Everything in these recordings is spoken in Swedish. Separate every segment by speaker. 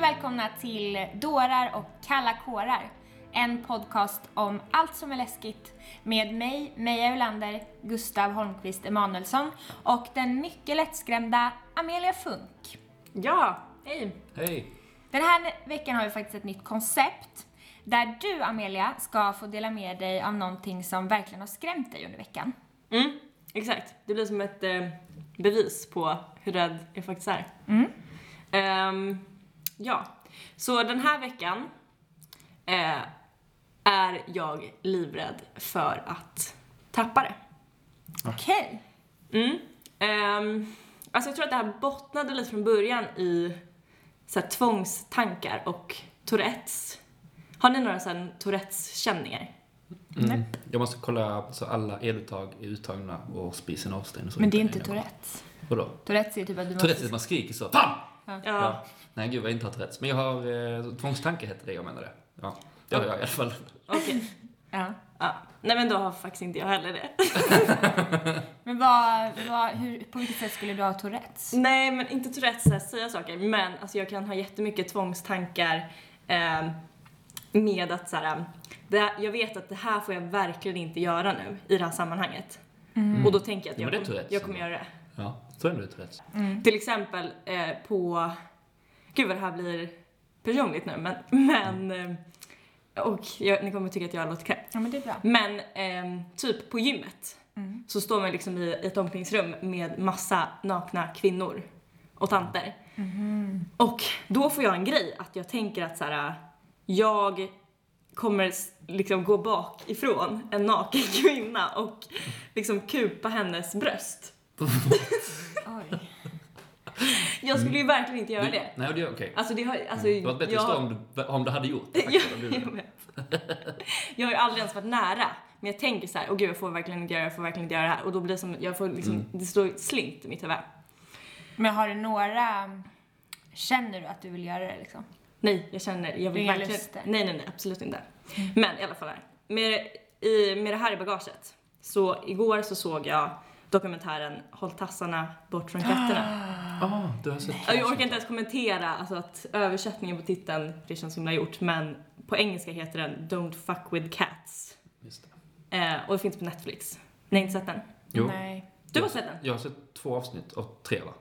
Speaker 1: välkomna till Dårar och kalla kårar. En podcast om allt som är läskigt med mig, Meja Ulander, Gustav Holmqvist Emanuelsson och den mycket lättskrämda Amelia Funk.
Speaker 2: Ja, hej!
Speaker 3: Hej!
Speaker 1: Den här veckan har vi faktiskt ett nytt koncept där du, Amelia, ska få dela med dig av någonting som verkligen har skrämt dig under veckan.
Speaker 2: Mm, exakt. Det blir som ett eh, bevis på hur rädd jag faktiskt är. Ehm, ja, så den här veckan eh, är jag livrädd för att tappa det.
Speaker 1: Okej.
Speaker 2: Mm. Ehm, alltså jag tror att det här bottnade lite från början i så här, tvångstankar och Tourettes. Har ni några så här Tourettes-känningar?
Speaker 3: Mm. Jag måste kolla så alla eluttag är uttagna och spisen avstängd. och så
Speaker 1: Men det är inte
Speaker 3: det.
Speaker 1: Tourettes.
Speaker 3: Vadå?
Speaker 1: Tourettes är typ att du måste...
Speaker 3: Tourettes är att man skriker så. PAM!
Speaker 2: Ja.
Speaker 3: Ja. Nej gud vad jag inte har Tourettes. Men jag har eh, tvångstanke heter det jag menade. Ja. Det har jag i alla fall.
Speaker 2: Okej.
Speaker 1: Ja.
Speaker 2: Ja. Nej men då har faktiskt inte jag heller det.
Speaker 1: Men vad, vad, hur, på vilket sätt skulle du ha Tourettes?
Speaker 2: Nej, men inte Tourettes så här, säga saker, men alltså, jag kan ha jättemycket tvångstankar eh, med att så här, ehm, det, här- jag vet att det här får jag verkligen inte göra nu i det här sammanhanget. Och då tänker jag att
Speaker 3: Ja,
Speaker 2: jag,
Speaker 3: men det
Speaker 2: kommer-
Speaker 3: är Tourettes
Speaker 2: jag kommer
Speaker 3: ändå.
Speaker 2: göra det.
Speaker 3: Ja, så är det Tourettes.
Speaker 2: Till exempel eh, på, gud vad det här blir personligt nu, men, men eh, och jag, ni kommer tycka att jag låter knäpp.
Speaker 1: Ja men det är bra.
Speaker 2: Men ehm, typ på gymmet så står man liksom i ett omklädningsrum med massa nakna kvinnor och tanter. Och då får jag en grej att jag tänker att så här, jag kommer s- liksom gå bakifrån en naken kvinna och liksom kupa hennes bröst.
Speaker 1: Oj.
Speaker 2: Jag skulle ju verkligen inte göra
Speaker 3: Du-
Speaker 2: det.
Speaker 3: Nej, Mm. det är okej.
Speaker 2: Alltså det har alltså,
Speaker 3: Det var bättre att stå om du, om du hade gjort det.
Speaker 2: jag,
Speaker 3: faktiskt. Om du-
Speaker 2: jag, vet. jag har ju aldrig ens varit nära. Men jag tänker så här, åh gud jag får verkligen inte göra det, jag får verkligen inte göra det här. Och då blir det som, jag får liksom, det står slint i mitt huvud.
Speaker 1: Men har du några, mm, känner du att du vill göra det liksom?
Speaker 2: Nej, jag känner, jag
Speaker 1: Det är
Speaker 2: vill
Speaker 1: inga
Speaker 2: verkligen...
Speaker 1: luster.
Speaker 2: Nej, nej, nej, absolut inte. Men i alla fall, här. med, i, med det här i bagaget. Så igår så såg jag dokumentären Håll tassarna bort från katterna.
Speaker 3: Ah, du har sett
Speaker 2: Ja, Jag orkar inte ens kommentera alltså att översättningen på titeln, för det känns himla gjort, men på engelska heter den Don't fuck with cats.
Speaker 3: Just det.
Speaker 2: Eh, och det finns på Netflix. Nej, inte sett den.
Speaker 3: Jo.
Speaker 1: Nej.
Speaker 2: Du har sett den?
Speaker 3: Jag har sett två avsnitt av tre va?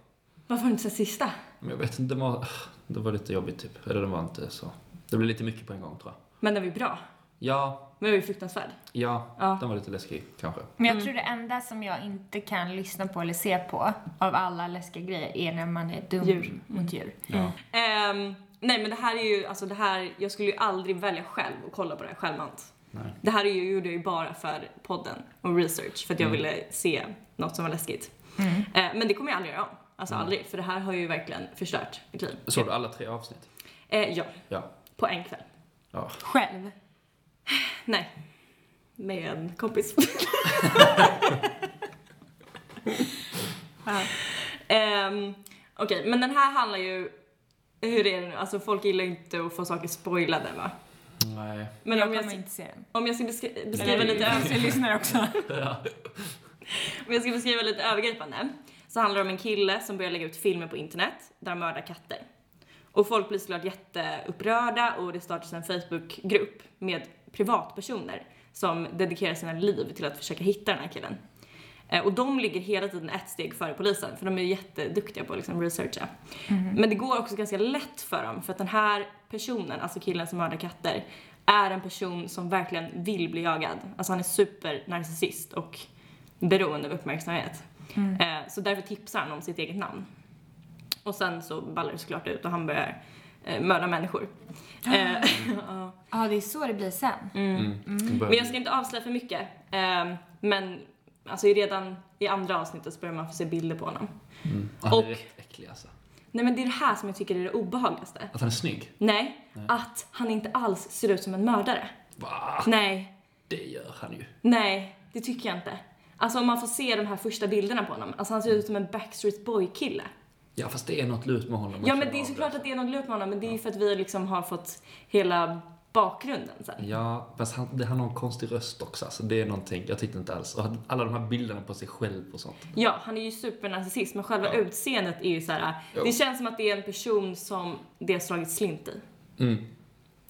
Speaker 2: Varför har du inte sett sista?
Speaker 3: Men jag vet inte, det var, det var lite jobbigt typ. Eller det var inte så. Det blev lite mycket på en gång tror jag.
Speaker 2: Men den var ju bra.
Speaker 3: Ja,
Speaker 2: Men den var ju fruktansvärd.
Speaker 3: ja,
Speaker 2: Ja.
Speaker 3: den var lite läskig kanske.
Speaker 1: Men
Speaker 2: Mm.
Speaker 1: jag tror det enda som jag inte kan lyssna på eller se på av alla läskiga grejer är när man är dum
Speaker 2: Djur.
Speaker 1: mot djur.
Speaker 3: Ja.
Speaker 2: Ehm, nej men det här är ju, alltså det här, jag skulle ju aldrig välja själv och kolla på det här självmant.
Speaker 3: Nej.
Speaker 2: Det här är ju, gjorde jag ju bara för podden och research för att jag ville se något som var läskigt.
Speaker 1: Mm.
Speaker 2: Eh, men det kommer jag aldrig göra om. Alltså aldrig, för det här har ju verkligen förstört mitt liv.
Speaker 3: Såg du alla tre avsnitt?
Speaker 2: Eh, ja,
Speaker 3: Ja.
Speaker 2: på en kväll.
Speaker 3: ja.
Speaker 1: Själv?
Speaker 2: Nej. Med en kompis. Ehm, Okej, men den här handlar ju... Hur är det nu? Alltså folk gillar ju inte att få saker spoilade va?
Speaker 3: Nej.
Speaker 2: Men
Speaker 1: jag
Speaker 2: om, jag,
Speaker 1: kommer inte se den.
Speaker 2: om jag ska beskri- beskriva lite
Speaker 1: jag
Speaker 2: över-
Speaker 1: ska lyssna också.
Speaker 2: om jag ska beskriva lite övergripande så handlar det om en kille som börjar lägga ut filmer på internet där han mördar katter. Och folk blir såklart jätteupprörda och det startas en Facebookgrupp med privatpersoner som dedikerar sina liv till att försöka hitta den här killen. Eh, Och de ligger hela tiden ett steg före polisen för de är jätteduktiga på att liksom researcha. Men det går också ganska lätt för dem för att den här personen, alltså killen som mördar katter, är en person som verkligen vill bli jagad. Alltså han är supernarcissist och beroende av uppmärksamhet. Eh, Så därför tipsar han om sitt eget namn. Och sen så ballar det såklart ut och han börjar eh, mörda människor. Eh, ja.
Speaker 1: Ja, det är så det blir sen.
Speaker 3: Mm.
Speaker 2: Men jag ska inte avslöja för mycket. Eh, men alltså redan i andra avsnittet så börjar man få se bilder på honom.
Speaker 3: Mm. Han
Speaker 2: Och-
Speaker 3: är rätt äcklig alltså.
Speaker 2: Nej men det är det här som jag tycker är det obehagligaste.
Speaker 3: Att han är snygg.
Speaker 2: Nej, att han inte alls ser ut som en mördare.
Speaker 3: Va?
Speaker 2: Nej,
Speaker 3: Det gör han ju.
Speaker 2: nej, det tycker jag inte. Alltså om man får se de här första bilderna på honom, alltså han ser ut som en Backstreet Boy-kille.
Speaker 3: Ja fast det är något lurt med honom.
Speaker 2: Ja men det är såklart att det är något lurt med honom, men det är ju för att vi liksom har fått hela bakgrunden sen.
Speaker 3: Ja, fast han, det, han har en konstig röst också. Alltså, det är någonting, jag tyckte inte alls. Och han- alla de här bilderna på sig själv och sånt.
Speaker 2: Ja, han är ju supernarcissist men själva
Speaker 3: Ja.
Speaker 2: utseendet är ju så här.
Speaker 3: Jo.
Speaker 2: det känns som att det är en person som det har slagit slint i.
Speaker 3: Mm,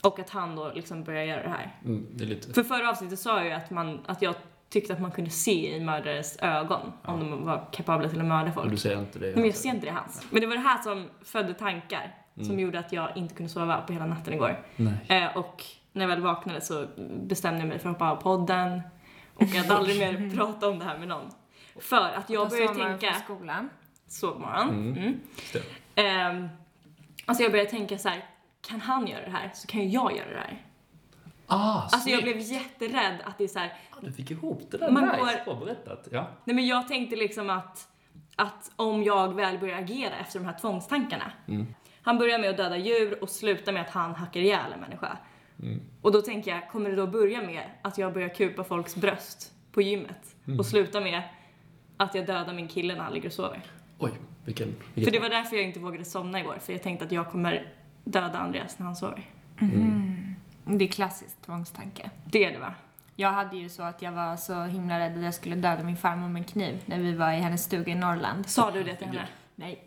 Speaker 2: Och att han då liksom börjar göra det här.
Speaker 3: mm, det är lite...
Speaker 2: För förra avsnittet sa jag ju att, man, att jag tyckte att man kunde se i mördares ögon om de var kapabla till att mörda
Speaker 3: Och
Speaker 2: folk.
Speaker 3: du säger inte det? Mm.
Speaker 2: Men jag ser inte det i hans. Men det var det här som födde tankar som gjorde att jag inte kunde sova på hela natten igår.
Speaker 3: Nej.
Speaker 2: Eh, och när jag väl vaknade så bestämde jag mig för att hoppa av podden och att aldrig mer prata om det här med någon. För att jag
Speaker 1: Då sa
Speaker 2: började
Speaker 1: man
Speaker 2: tänka
Speaker 1: från skolan.
Speaker 2: sovmorgon. Mm.
Speaker 3: Just det.
Speaker 2: Ehm, alltså jag började tänka så här. kan han göra det här så kan ju jag göra det här.
Speaker 3: Ah,
Speaker 2: Alltså jag blev
Speaker 3: snyggt.
Speaker 2: jätterädd att det är så här.
Speaker 3: Ah, du fick ihop det där.
Speaker 2: Man
Speaker 3: nice,
Speaker 2: går-
Speaker 3: bra berättat. Ja.
Speaker 2: nej men jag tänkte liksom att, att om jag väl börjar agera efter de här tvångstankarna. Han börjar med att döda djur och slutar med att han hackar ihjäl en människa. Och då tänker jag, kommer det då börja med att jag börjar kupa folks bröst på gymmet och sluta med att jag dödar min kille när han ligger och sover?
Speaker 3: Oj, vilken... vilken
Speaker 2: För det var därför jag inte vågade somna igår, för jag tänkte att jag kommer döda Andreas när han sover.
Speaker 1: Det är klassiskt tvångstanke.
Speaker 2: Det är det va?
Speaker 1: Jag hade ju så att jag var så himla rädd att jag skulle döda min farmor med en kniv när vi var i hennes stuga i Norrland.
Speaker 2: Sa du det till henne?
Speaker 1: Nej,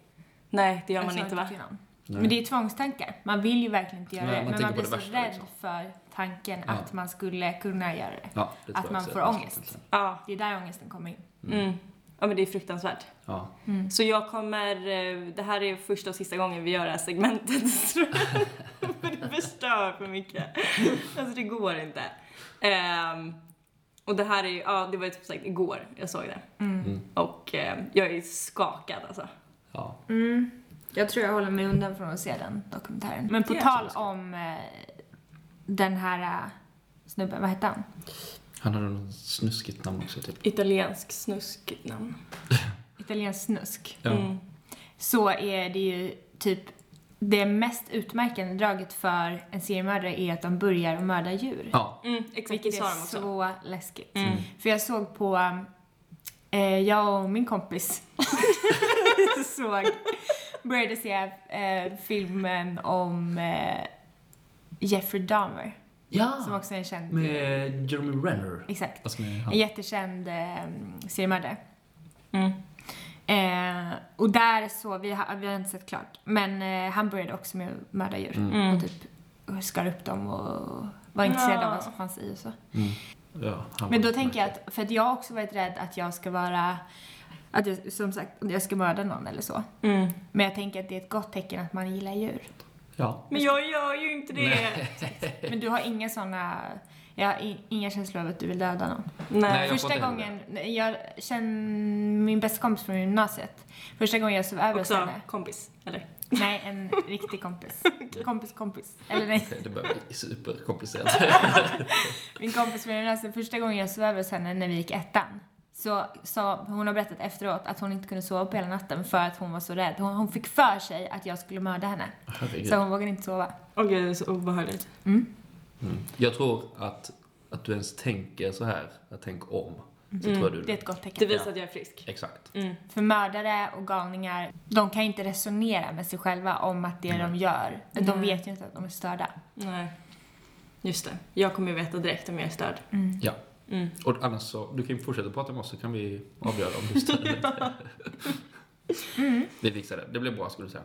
Speaker 2: Nej, det gör
Speaker 1: jag
Speaker 2: man
Speaker 1: sa
Speaker 2: inte va?
Speaker 1: till någon. Men det är ju tvångstankar. Man vill ju verkligen inte göra
Speaker 3: Nej,
Speaker 1: det,
Speaker 3: man
Speaker 1: men
Speaker 3: tänker
Speaker 1: man
Speaker 3: på
Speaker 1: blir så
Speaker 3: det värsta,
Speaker 1: rädd
Speaker 3: liksom.
Speaker 1: för tanken
Speaker 3: Ja.
Speaker 1: att man skulle kunna göra det.
Speaker 3: Ja, det tror
Speaker 1: att
Speaker 3: jag
Speaker 1: man
Speaker 3: också.
Speaker 1: får ångest.
Speaker 2: Ja.
Speaker 1: Det är där ångesten kommer in.
Speaker 2: Mm. Ja men det är fruktansvärt.
Speaker 3: Ja.
Speaker 1: Mm.
Speaker 2: Så jag kommer, eh, det här är första och sista gången vi gör det här segmentet tror jag. För det förstör för mycket. Alltså det går inte. Ehm, och det här är ju, ja det var ju typ sagt igår jag såg det.
Speaker 1: Mm.
Speaker 3: Mm.
Speaker 2: Och eh, jag är skakad alltså.
Speaker 3: ja.
Speaker 1: Mm. Jag tror jag håller mig undan från att se den dokumentären. Men på
Speaker 2: Det
Speaker 1: tal om eh, den här eh, snubben, vad hette han?
Speaker 3: Han hade något snuskigt namn också, typ.
Speaker 2: Italiensk snuskigt namn.
Speaker 1: Italiensk snusk.
Speaker 3: Ja.
Speaker 2: Mm.
Speaker 1: så är det ju typ det mest utmärkande draget för en seriemördare är att de börjar att mörda djur.
Speaker 3: Ja.
Speaker 2: Mm, exakt, det
Speaker 1: Vilket
Speaker 2: sa de
Speaker 1: är
Speaker 2: också. Mm.
Speaker 1: så läskigt. För jag såg på, eh, jag och min kompis såg, började se eh, filmen om eh, Jeffrey Dahmer,
Speaker 2: Ah.
Speaker 1: som
Speaker 3: ja.
Speaker 1: också är en känd,
Speaker 3: Med Jeremy Renner.
Speaker 1: exakt,
Speaker 3: Alltså med
Speaker 1: en
Speaker 3: han.
Speaker 1: jättekänd eh, seriemördare.
Speaker 2: Mm.
Speaker 1: Eh, och där så, vi har, vi har inte sett klart, men eh, han började också med att mörda djur.
Speaker 2: Mm.
Speaker 1: Och typ skar upp dem och var intresserad av
Speaker 2: Ja.
Speaker 1: vad som fanns i och så.
Speaker 3: Mm. Ja, han
Speaker 1: Men
Speaker 3: var
Speaker 1: då tänker jag
Speaker 3: märklig.
Speaker 1: att, för att jag har också varit rädd att jag ska vara, att jag, som sagt, jag ska mörda någon eller så.
Speaker 2: Mm.
Speaker 1: Men jag tänker att det är ett gott tecken att man gillar djur.
Speaker 3: Ja.
Speaker 2: Men jag gör ju inte det. Nej.
Speaker 1: Men du har inga sådana, jag har i- inga känslor av att du vill döda någon.
Speaker 3: Nej, jag får
Speaker 1: första
Speaker 3: inte heller
Speaker 1: gången, jag känner min bästa kompis från gymnasiet. Första gången jag sov över hos
Speaker 2: Också
Speaker 1: henne.
Speaker 2: kompis, eller?
Speaker 1: Nej, en riktig kompis. Kompis kompis. Eller nej,
Speaker 3: Okej, Det börjar bli superkomplicerat.
Speaker 1: Min kompis från gymnasiet, första gången jag sov över hos henne när vi gick ettan så sa, hon har berättat efteråt att hon inte kunde sova på hela natten för att hon var så rädd. Hon, hon fick för sig att jag skulle mörda henne. Så
Speaker 3: Herregud.
Speaker 1: hon vågade inte sova.
Speaker 2: Åh gud, det är så obehagligt.
Speaker 3: Mm. Jag tror att, att du ens tänker så här, att tänk om, så tror jag du...
Speaker 1: Mm, Det är ett gott
Speaker 2: Mm. Det
Speaker 1: tecken.
Speaker 2: visar att jag är frisk. Mm.
Speaker 3: Exakt.
Speaker 1: För mördare och galningar, de kan inte resonera med sig själva om att det de gör, de vet ju inte att de är störda.
Speaker 2: Nej. Just det. Jag kommer ju veta direkt om jag är störd.
Speaker 3: Ja.
Speaker 2: Mm.
Speaker 3: Och annars så, du kan ju fortsätta prata med oss så kan vi avgöra om du stöder eller inte.
Speaker 1: Mm.
Speaker 3: Vi fixar det. Det blir bra skulle du säga.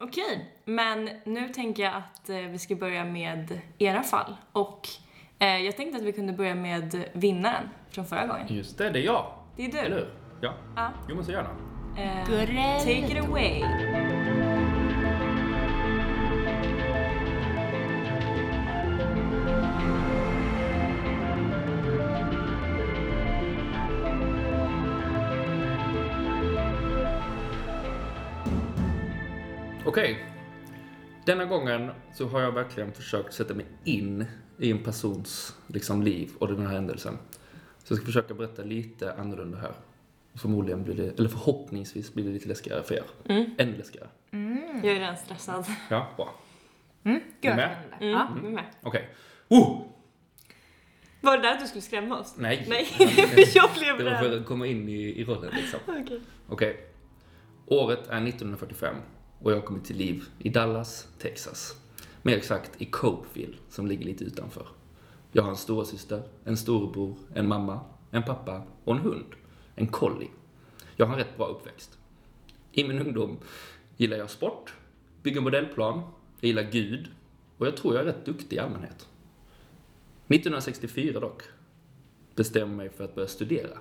Speaker 2: Okej, men nu tänker jag att eh, vi ska börja med era fall. Och eh, jag tänkte att vi kunde börja med vinnaren från förra gången.
Speaker 3: Just det, det är jag.
Speaker 2: Det är
Speaker 3: Eller
Speaker 2: du.
Speaker 3: hur? Ja.
Speaker 2: Ja.
Speaker 3: Jo men så gärna.
Speaker 2: Eh,
Speaker 1: Gurra
Speaker 2: take it away.
Speaker 3: Okej. Denna gången så har jag verkligen försökt sätta mig in i en persons liksom, liv och den här händelsen. Så jag ska försöka berätta lite annorlunda här. Förmodligen blir det, eller förhoppningsvis blir det lite läskigare för er.
Speaker 2: Mm.
Speaker 3: Ännu läskigare.
Speaker 2: Jag är redan stressad.
Speaker 3: Ja, bra.
Speaker 1: Mm, gud vad
Speaker 3: Med?
Speaker 1: spännande.
Speaker 2: Mm.
Speaker 1: Ja.
Speaker 2: jag är Med.
Speaker 3: Okej. Oh!
Speaker 2: Var det där att du skulle skrämma oss?
Speaker 3: Nej.
Speaker 2: Nej, för jag blev
Speaker 3: Det var
Speaker 2: rädd.
Speaker 3: för att komma in i, i rollen liksom.
Speaker 2: Okej.
Speaker 3: Okej. Året är 1945 och jag har kommit till liv i Dallas, Texas. Mer exakt i Copeville, som ligger lite utanför. Jag har en storasyster, en storebror, en mamma, en pappa och en hund. En collie. Jag har en rätt bra uppväxt. I min ungdom gillar jag sport, bygger modellplan, jag gillar Gud och jag tror jag är rätt duktig i allmänhet. 1964 dock bestämmer mig för att börja studera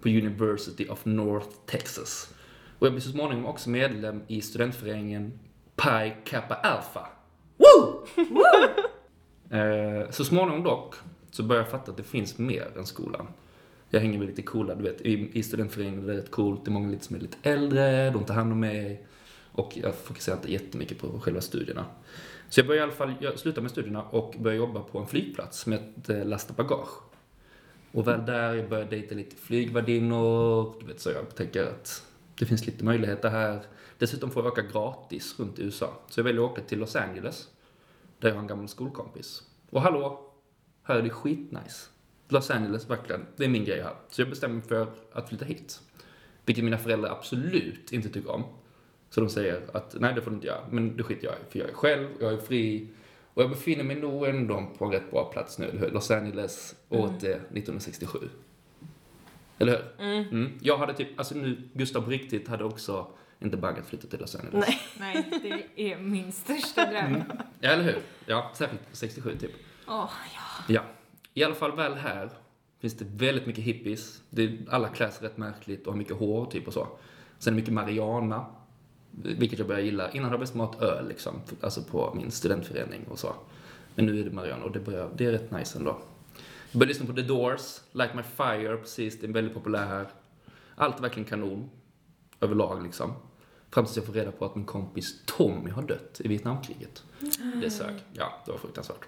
Speaker 3: på University of North Texas. Och jag blir så småningom också medlem i studentföreningen Pi Kappa Alpha. Woo! Eh, så småningom dock så börjar jag fatta att det finns mer än skolan. Jag hänger med lite coola, du vet, i, i studentföreningen är det rätt coolt, det är många lite som är lite äldre, de tar hand om mig. Och jag fokuserar inte jättemycket på själva studierna. Så jag börjar i alla fall, jag slutar med studierna och börjar jobba på en flygplats med att eh, lasta bagage. Och väl där, jag börjar dejta lite flygvärdinnor, du vet, så jag tänker att det finns lite möjligheter här. Dessutom får jag åka gratis runt i USA. Så jag väljer att åka till Los Angeles, där jag har en gammal skolkompis. Och hallå, här är det skitnice. Los Angeles, verkligen, det är min grej här. Så jag bestämmer mig för att flytta hit. Vilket mina föräldrar absolut inte tycker om. Så de säger att nej, det får du inte göra, men det skiter jag i, för jag är själv, jag är fri. Och jag befinner mig nog ändå på en rätt bra plats nu, eller hur? Los Angeles, året är 1967. Eller hur? Mm. Jag hade typ, alltså nu, Gustav på riktigt hade också inte bangat flytta till Los Angeles.
Speaker 2: Nej.
Speaker 1: Nej, det är min största dröm.
Speaker 3: Ja, eller hur? Ja, särskilt 67 typ.
Speaker 1: Åh, ja.
Speaker 3: Ja. I alla fall väl här finns det väldigt mycket hippies. Det är, alla klär sig rätt märkligt och har mycket hår typ och så. Sen är det mycket marijuana, vilket jag börjar gilla. Innan hade jag bäst mat öl liksom, alltså på min studentförening och så. Men nu är det marijuana och det, börjar, det är rätt nice ändå. Jag började lyssna på The Doors, Like My Fire precis, det är väldigt populär här. Allt är verkligen kanon, överlag liksom. Fram tills jag får reda på att min kompis Tommy har dött i Vietnamkriget. Det sög. Ja, det var fruktansvärt.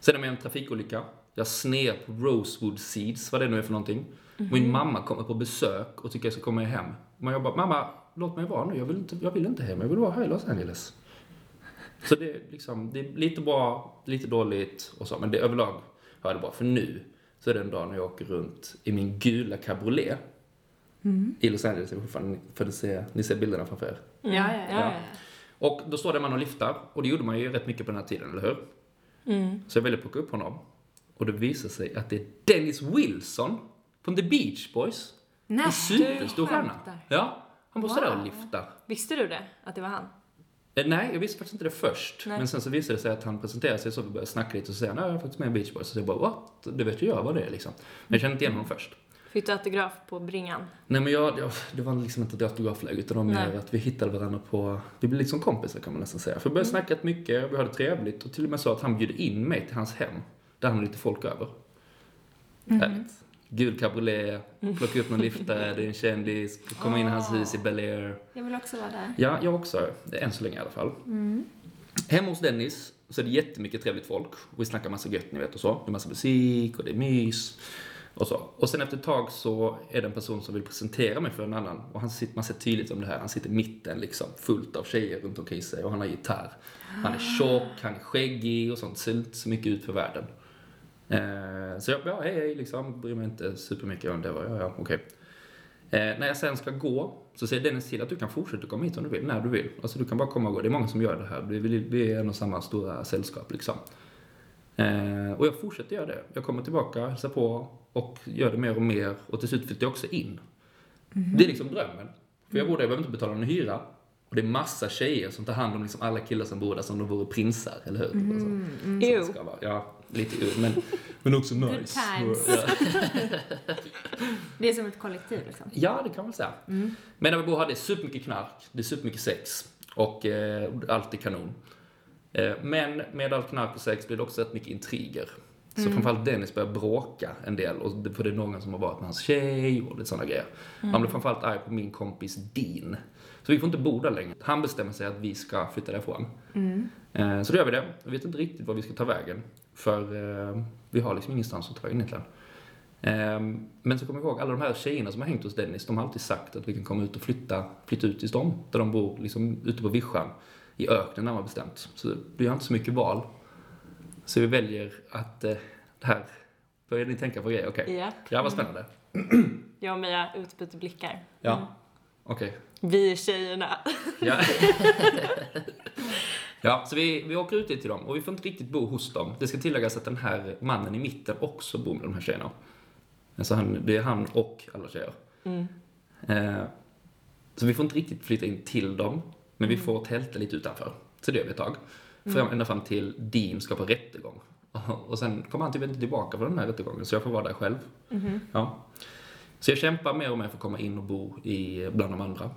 Speaker 3: Sen är jag med i en trafikolycka. Jag snear på Rosewood Seeds, vad det nu är för någonting. Min mamma kommer på besök och tycker jag ska komma hem. Men jag bara, mamma, låt mig vara nu. Jag vill inte, jag vill inte hem. Jag vill vara här i Los Angeles. Så det är liksom, det är lite bra, lite dåligt och så. Men det, överlag har jag det bra. För nu så är det en dag när jag åker runt i min gula cabriolet i Los Angeles. Jag vet inte om ni- För ni ser, ni ser bilderna framför er.
Speaker 1: Ja, ja, ja.
Speaker 3: Och då står det en man och lyfter. Och det gjorde man ju rätt mycket på den här tiden, eller hur?
Speaker 1: Mm.
Speaker 3: Så jag väljer att plocka upp honom. Och det visar sig att det är Dennis Wilson från The Beach Boys.
Speaker 1: Nej,
Speaker 3: en superstor
Speaker 1: du
Speaker 3: stjärna.
Speaker 1: skämtar.
Speaker 3: Ja, han bara står där och
Speaker 2: Wow.
Speaker 3: lyfter.
Speaker 2: Visste du det? Att det var han?
Speaker 3: Eh, Nej, jag visste faktiskt inte det först.
Speaker 2: Nej.
Speaker 3: Men sen så visade det sig att han presenterade sig så vi började snacka lite och så säger han, "Nej, jag är faktiskt med i Beach Boys. Så jag bara, what? Det vet ju jag vad det är liksom. Men jag kände inte igen honom först.
Speaker 2: Fick du autograf på bringan?
Speaker 3: Nej men jag, jag, det var liksom inte ett autografläge utan det var mer
Speaker 2: Nej.
Speaker 3: att vi hittade varandra på, vi blev liksom kompisar kan man nästan säga. För vi började snacka rätt mycket, vi hade trevligt och till och med så att han bjöd in mig till hans hem. Där han hade lite folk över. Härligt. Gul cabriolet, plocka upp någon liftare, det är en kändis, komma in i hans hus i Bel Air.
Speaker 1: Jag vill också vara där.
Speaker 3: Ja, jag också. Än så länge i alla fall. Hemma hos Dennis så är det jättemycket trevligt folk. Och vi snackar massa gött, ni vet, och så. Det är massa musik och det är mys. Och så. Och sen efter ett tag så är det en person som vill presentera mig för en annan. Och han sitter, man ser tydligt om det här. Han sitter i mitten liksom, fullt av tjejer runt omkring sig. Och han har gitarr. Han är tjock, han är skäggig och sånt. Ser inte så mycket ut för världen. Eh, så jag, ja, hej, hej, liksom. Bryr mig inte supermycket om det. Var, ja, ja, okej. Eh, när jag sen ska gå så säger Dennis till att du kan fortsätta komma hit om du vill, när du vill. Alltså du kan bara komma och gå. Det är många som gör det här. Vi, vi, vi är en och samma stora sällskap liksom. Eh, och jag fortsätter göra det. Jag kommer tillbaka, hälsar på och gör det mer och mer. Och till slut flyttar jag också in. Det är liksom drömmen. För jag bor där, jag behöver inte betala någon hyra. Och det är massa tjejer som tar hand om liksom alla killar som bor där som de vore prinsar, eller hur? Alltså, som det
Speaker 2: Ew.
Speaker 3: ska vara. Ja, lite ur, men, men också nice.
Speaker 1: times.
Speaker 3: Ja.
Speaker 1: Det är som ett kollektiv liksom.
Speaker 3: Ja, det kan man säga. Men där vi bor här, det är supermycket knark, det är supermycket sex och eh, allt är kanon. Eh, men med allt knark och sex blir det också rätt mycket intriger. Så framförallt Dennis börjar bråka en del, och det, för det är någon som har varit med hans tjej och lite sådana grejer. Han blev framförallt arg på min kompis Dean. Så vi får inte bo där längre. Han bestämmer sig att vi ska flytta därifrån. Eh, så då gör vi det. Vi vet inte riktigt var vi ska ta vägen. För eh, vi har liksom ingenstans att ta vägen egentligen. Ehm, Men så kommer jag ihåg, alla de här tjejerna som har hängt hos Dennis, de har alltid sagt att vi kan komma ut och flytta, flytta ut till dem, där de bor, liksom ute på vischan, i öknen närmare bestämt. Så vi har inte så mycket val. Så vi väljer att, eh, det här, börjar ni tänka på grejer? Okej.
Speaker 2: Ja.
Speaker 3: Ja, vad spännande.
Speaker 2: Jag och Mia utbyter blickar.
Speaker 3: Ja. Okej.
Speaker 2: Vi är tjejerna.
Speaker 3: Ja. Ja, så vi, vi åker ut dit till dem och vi får inte riktigt bo hos dem. Det ska tilläggas att den här mannen i mitten också bor med de här tjejerna. Alltså han, det är han och alla tjejer. Eh, så vi får inte riktigt flytta in till dem, men vi får tälta lite utanför. Så det gör vi ett tag. Fram, ända fram till Dean ska på rättegång. Och sen kommer han typ inte tillbaka från den här rättegången, så jag får vara där själv. Ja. Så jag kämpar mer och mer för att komma in och bo i, bland de andra.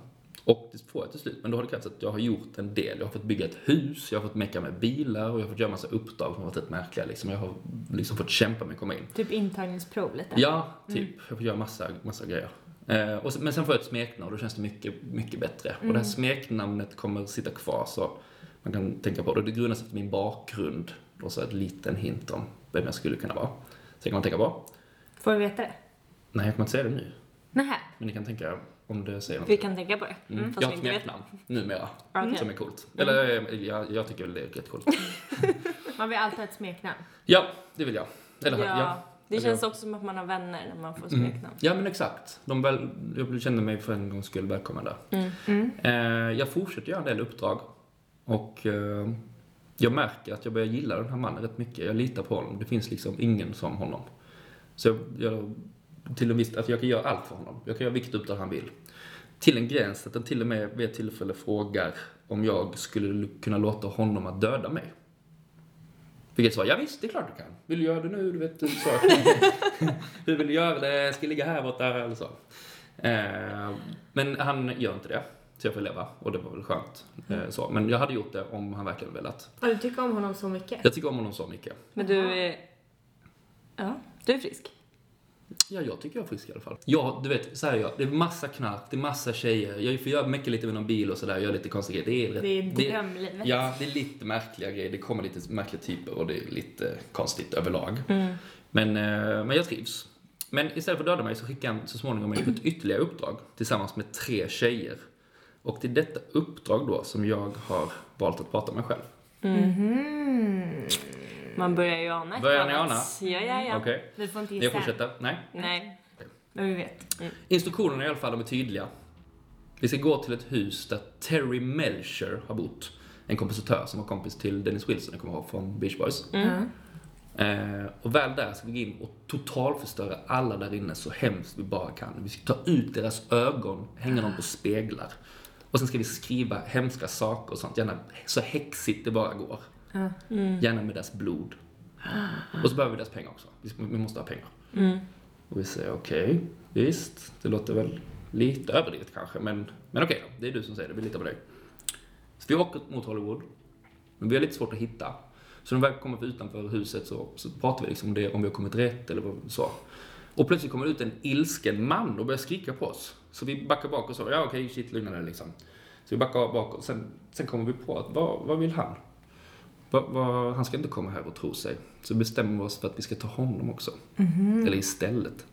Speaker 3: Och det får jag till slut, men då har det krävts att jag har gjort en del. Jag har fått bygga ett hus, jag har fått mecka med bilar och jag har fått göra massa uppdrag som har varit rätt märkliga. Liksom. Jag har liksom fått kämpa med att komma in.
Speaker 1: Typ intagningsprov lite.
Speaker 3: Ja, typ.
Speaker 2: Mm.
Speaker 3: Jag får göra massa, massa grejer. Eh, och sen, men sen får jag ett smeknamn och då känns det mycket, mycket bättre. Och
Speaker 2: Mm.
Speaker 3: det här smeknamnet kommer sitta kvar så man kan tänka på det. Det grundas efter min bakgrund och så en liten hint om vem jag skulle kunna vara. Sen kan man tänka på,
Speaker 1: Får vi veta det?
Speaker 3: nej jag kommer inte säga det nu,
Speaker 1: Nähä.
Speaker 3: men ni kan tänka om det säger något.
Speaker 2: Vi kan tänka på det.
Speaker 3: Mm.
Speaker 2: Mm, fast
Speaker 3: jag har
Speaker 2: vi inte
Speaker 3: ett
Speaker 2: vet.
Speaker 3: smeknamn numera,
Speaker 2: Okej.
Speaker 3: som är coolt. Eller eh, jag, jag tycker väl det är rätt coolt.
Speaker 1: Mm. Man vill alltid ha ett smeknamn.
Speaker 3: ja, det vill jag. Eller,
Speaker 2: Ja. Det
Speaker 3: Eller
Speaker 2: känns
Speaker 3: jag-
Speaker 2: också som att man har vänner när man får
Speaker 3: Mm.
Speaker 2: smeknamn.
Speaker 3: Ja men exakt. De väl, jag kände mig för en gångs skull välkommen där. Eh, jag fortsätter göra en del uppdrag och eh, jag märker att jag börjar gilla den här mannen rätt mycket. Jag litar på honom. Det finns liksom ingen som honom. Så jag, jag till en viss, alltså jag kan göra allt för honom. Jag kan göra vilket uppdrag han vill. Till en gräns att han till och med vid ett tillfälle frågar om jag skulle kunna låta honom att döda mig. Vilket jag sa, ja visst, det är klart du kan. Vill du göra det nu? Du vet, så. Hur vill du göra det? Ska jag ligga här borta? Eller så. Eh, men han gör inte det. Så jag får leva. Och det var väl skönt. Eh, så. Men jag hade gjort det om han verkligen velat.
Speaker 1: Och du tycker om honom så mycket.
Speaker 3: Jag tycker om honom så mycket.
Speaker 2: Men du är... Ja, du är frisk.
Speaker 3: Ja, jag tycker jag är frisk i alla fall. Ja, du vet, så här är jag. Det är massa knark, det är massa tjejer. Jag får göra mycket lite med någon bil och sådär. Gör lite konstiga grejer. rätt-
Speaker 1: Det är drömlivet.
Speaker 3: Ja, det är lite märkliga grejer. Det kommer lite märkliga typer och det är lite konstigt överlag.
Speaker 1: Mm.
Speaker 3: Men, eh, men jag trivs. Men istället för att döda mig så skickar han så småningom mig på ett ytterligare uppdrag tillsammans med tre tjejer. Och det är detta uppdrag då som jag har valt att prata med själv.
Speaker 1: Mm.
Speaker 2: Man börjar ju ana ett
Speaker 3: Börjar ni
Speaker 2: annat. Ja, ja, ja.
Speaker 3: Okej?
Speaker 1: Vi får inte
Speaker 3: Jag
Speaker 1: gissa.
Speaker 3: fortsätter? Nej?
Speaker 2: Nej.
Speaker 1: Men vi vet.
Speaker 3: Instruktionerna i alla fall, de är tydliga. Vi ska gå till ett hus där Terry Melcher har bott. En kompositör som var kompis till Dennis Wilson, jag kommer ihåg, från Beach Boys.
Speaker 2: Mm.
Speaker 3: Eh, och väl där ska vi gå in och totalförstöra alla där inne så hemskt vi bara kan. Vi ska ta ut deras ögon, hänga dem på speglar. Och sen ska vi skriva hemska saker och sånt, gärna så häxigt det bara går. Gärna med deras blod. Och så behöver vi deras pengar också. Vi- Vi måste ha pengar. Och vi säger okej, visst, det låter väl lite överdrivet kanske, men, men okej då, det är du som säger det, vi litar på dig. Så vi åker mot Hollywood, men vi har lite svårt att hitta. Så när vi väl kommer för utanför huset så, så pratar vi liksom om det, om vi har kommit rätt eller vad- så. Och plötsligt kommer det ut en ilsken man och börjar skrika på oss. Så vi backar bak och så, ja okej, shit, lugna dig liksom. Så vi backar bak och sen, sen kommer vi på att, vad, vad vill han? Vad- vad- han ska inte komma här och tro sig. Så bestämmer vi oss för att vi ska ta honom också. Eller istället.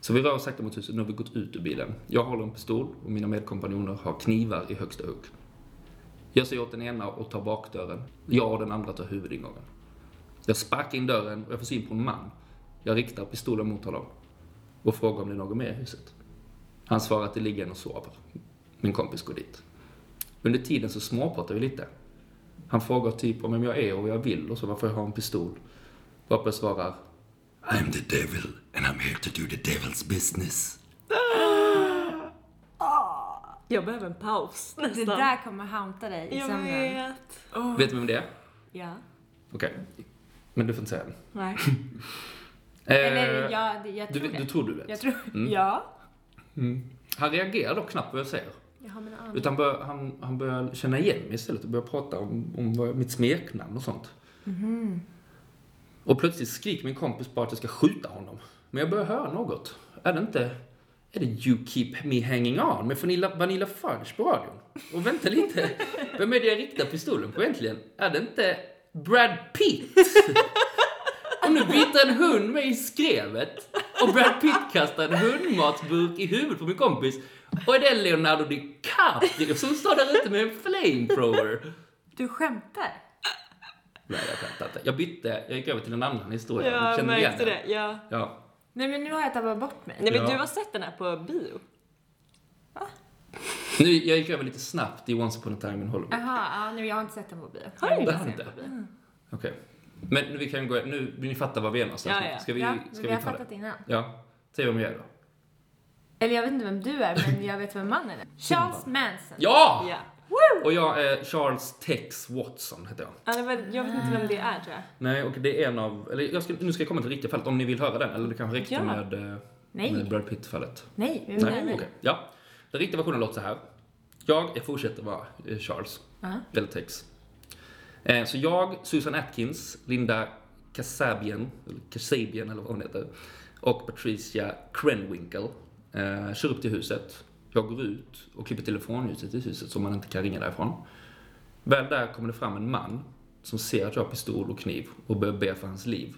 Speaker 3: Så vi rör oss sakta mot huset, nu har vi gått ut ur bilen. Jag håller en pistol och mina medkompanjoner har knivar i högsta hugg. Jag säger åt den ena att ta bakdörren, jag och den andra tar huvudingången. Jag sparkar in dörren och jag får syn på en man. Jag riktar pistolen mot honom och frågar om det är någon mer i huset. Han svarar att det ligger en och sover. Min kompis går dit. Under tiden så småpratar vi lite. Han frågar typ om vem jag är och vad jag vill och så varför jag har en pistol. Varpå jag svarar I'm the devil and I'm here to do the devil's business.
Speaker 2: Jag behöver en paus
Speaker 1: Det
Speaker 2: nästan.
Speaker 1: där liksom kommer haunta dig i
Speaker 2: jag
Speaker 1: sömnen.
Speaker 2: vet.
Speaker 3: Vet du vem det är?
Speaker 2: Ja.
Speaker 3: Mm. Okej. Men du får inte säga den.
Speaker 2: Nej.
Speaker 1: Eller
Speaker 3: Eh,
Speaker 1: ja, det- jag
Speaker 3: du,
Speaker 1: tror
Speaker 3: vet-
Speaker 1: det.
Speaker 3: du tror du vet.
Speaker 1: Jag tror... Ja.
Speaker 3: Han reagerar dock knappt på vad jag säger.
Speaker 1: Jag har mina aning.
Speaker 3: Utan bör, han, han börjar känna igen mig istället och börjar prata om, om vad, mitt smeknamn och sånt.
Speaker 1: Mhm.
Speaker 3: Och plötsligt skriker min kompis bara att jag ska skjuta honom. Men jag börjar höra något. Är det inte... Är det You Keep Me Hanging On med Vanilla, Vanilla Fudge på radion? Och vänta lite, vem är det jag riktar pistolen på egentligen? Är det inte Brad Pitt? Och nu biter en hund mig i skrevet och Brad Pitt kastar en hundmatsburk i huvudet på min kompis. Och är det Leonardo DiCaprio som står där ute med en flamethrower?
Speaker 1: Du skämtar?
Speaker 3: Nej, jag skämtar inte. Jag bytte, jag gick över till en annan historia.
Speaker 2: Jag
Speaker 3: Oh, Känner du igen
Speaker 2: märkte
Speaker 3: den?
Speaker 2: det. Ja.
Speaker 3: Ja.
Speaker 1: Nej men nu har jag tappat bort mig.
Speaker 2: Nej men
Speaker 3: Ja.
Speaker 2: du har sett den här på bio.
Speaker 3: Nu, jag gick över lite snabbt i Once upon a time in Hollywood.
Speaker 1: Jaha, ja, nu, jag har inte sett den på bio.
Speaker 2: Har du
Speaker 1: Jag vill
Speaker 3: Det
Speaker 2: inte?
Speaker 1: se
Speaker 3: har
Speaker 1: den.
Speaker 3: inte? Okej. Men nu, vi kan gå, nu, ni fattar var vi är någonstans.
Speaker 2: Ja, ja.
Speaker 3: Ska vi,
Speaker 1: Ja,
Speaker 3: ska
Speaker 1: vi
Speaker 3: vi
Speaker 1: har
Speaker 3: ta det?
Speaker 1: fattat innan.
Speaker 3: Ja. Säg vem jag är då.
Speaker 1: Eller jag vet inte vem du är, men jag vet vem mannen är. Charles Manson.
Speaker 3: Ja!
Speaker 2: Ja.
Speaker 3: Och jag är Charles Tex Watson, heter jag.
Speaker 2: Ja, det var, jag vet inte vem det är tror jag.
Speaker 3: Nej, och det är en av... Eller jag ska, nu ska jag komma till riktiga fallet, om ni vill höra den. Eller det kanske räcker
Speaker 2: Ja.
Speaker 3: med, eh,
Speaker 1: Nej.
Speaker 3: med Brad Pitt-fallet.
Speaker 1: Nej, vi
Speaker 3: Nej, okej.
Speaker 1: menar
Speaker 3: Ja. Den riktiga versionen låter så här. Jag, jag fortsätter vara eh, Charles.
Speaker 1: Ja.
Speaker 3: Eller Tex. Eh, så jag, Susan Atkins, Linda Kasabian, eller Kasabian eller vad hon heter, och Patricia Krenwinkel eh, kör upp till huset. Jag går ut och klipper telefonljuset i huset så man inte kan ringa därifrån. Väl där kommer det fram en man som ser att jag har pistol och kniv och börjar be för hans liv.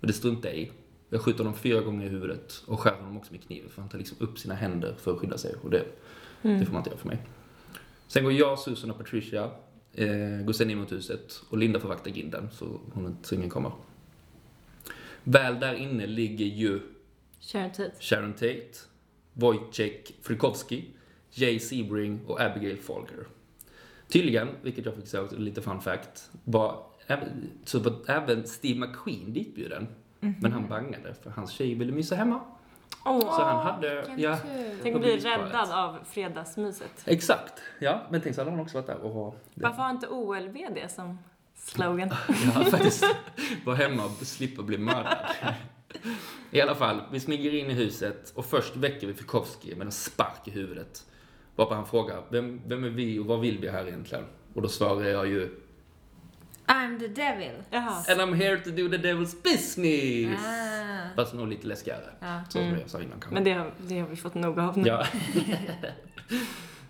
Speaker 3: Men det struntar jag i. Jag skjuter honom fyra gånger i huvudet och skär honom också med kniven för han tar liksom upp sina händer för att skydda sig och det, det får man inte göra för mig. Sen går jag, Susan och Patricia, eh, går sen in mot huset och Linda får vakta grinden så, hon inte, så ingen kommer. Väl där inne ligger ju
Speaker 2: Sharon Tate.
Speaker 3: Sharon Tate, Wojciech Frykowski, Jay Sebring och Abigail Folger. Tydligen, vilket jag fick säga lite fun fact, var, även- så var även Steve McQueen ditbjuden. Men han bangade för hans tjej ville mysa hemma.
Speaker 2: Åh,
Speaker 3: Ah. Så han hade...
Speaker 1: vilken
Speaker 3: Ja,
Speaker 1: tur.
Speaker 2: tänk att bli
Speaker 3: Mobilsparet.
Speaker 2: räddad av fredagsmyset.
Speaker 3: exakt. Ja, men tänk så hade han också varit där och var...
Speaker 2: Varför har inte OLV det som slogan?
Speaker 3: Ja, faktiskt. Vara hemma och slippa bli mördad. I alla fall, vi smyger in i huset och först väcker vi Fikowski med en spark i huvudet. Varpå han frågar, vem, vem är vi och vad vill vi här egentligen? Och då svarar jag ju,
Speaker 1: I'm the devil.
Speaker 2: Jaha.
Speaker 3: And I'm here to do the devil's business!
Speaker 1: Ah.
Speaker 3: Fast nog lite läskigare.
Speaker 1: Ja.
Speaker 3: Så som jag sa innan kanske.
Speaker 2: Men det har, det har vi fått nog av nu.
Speaker 3: Ja.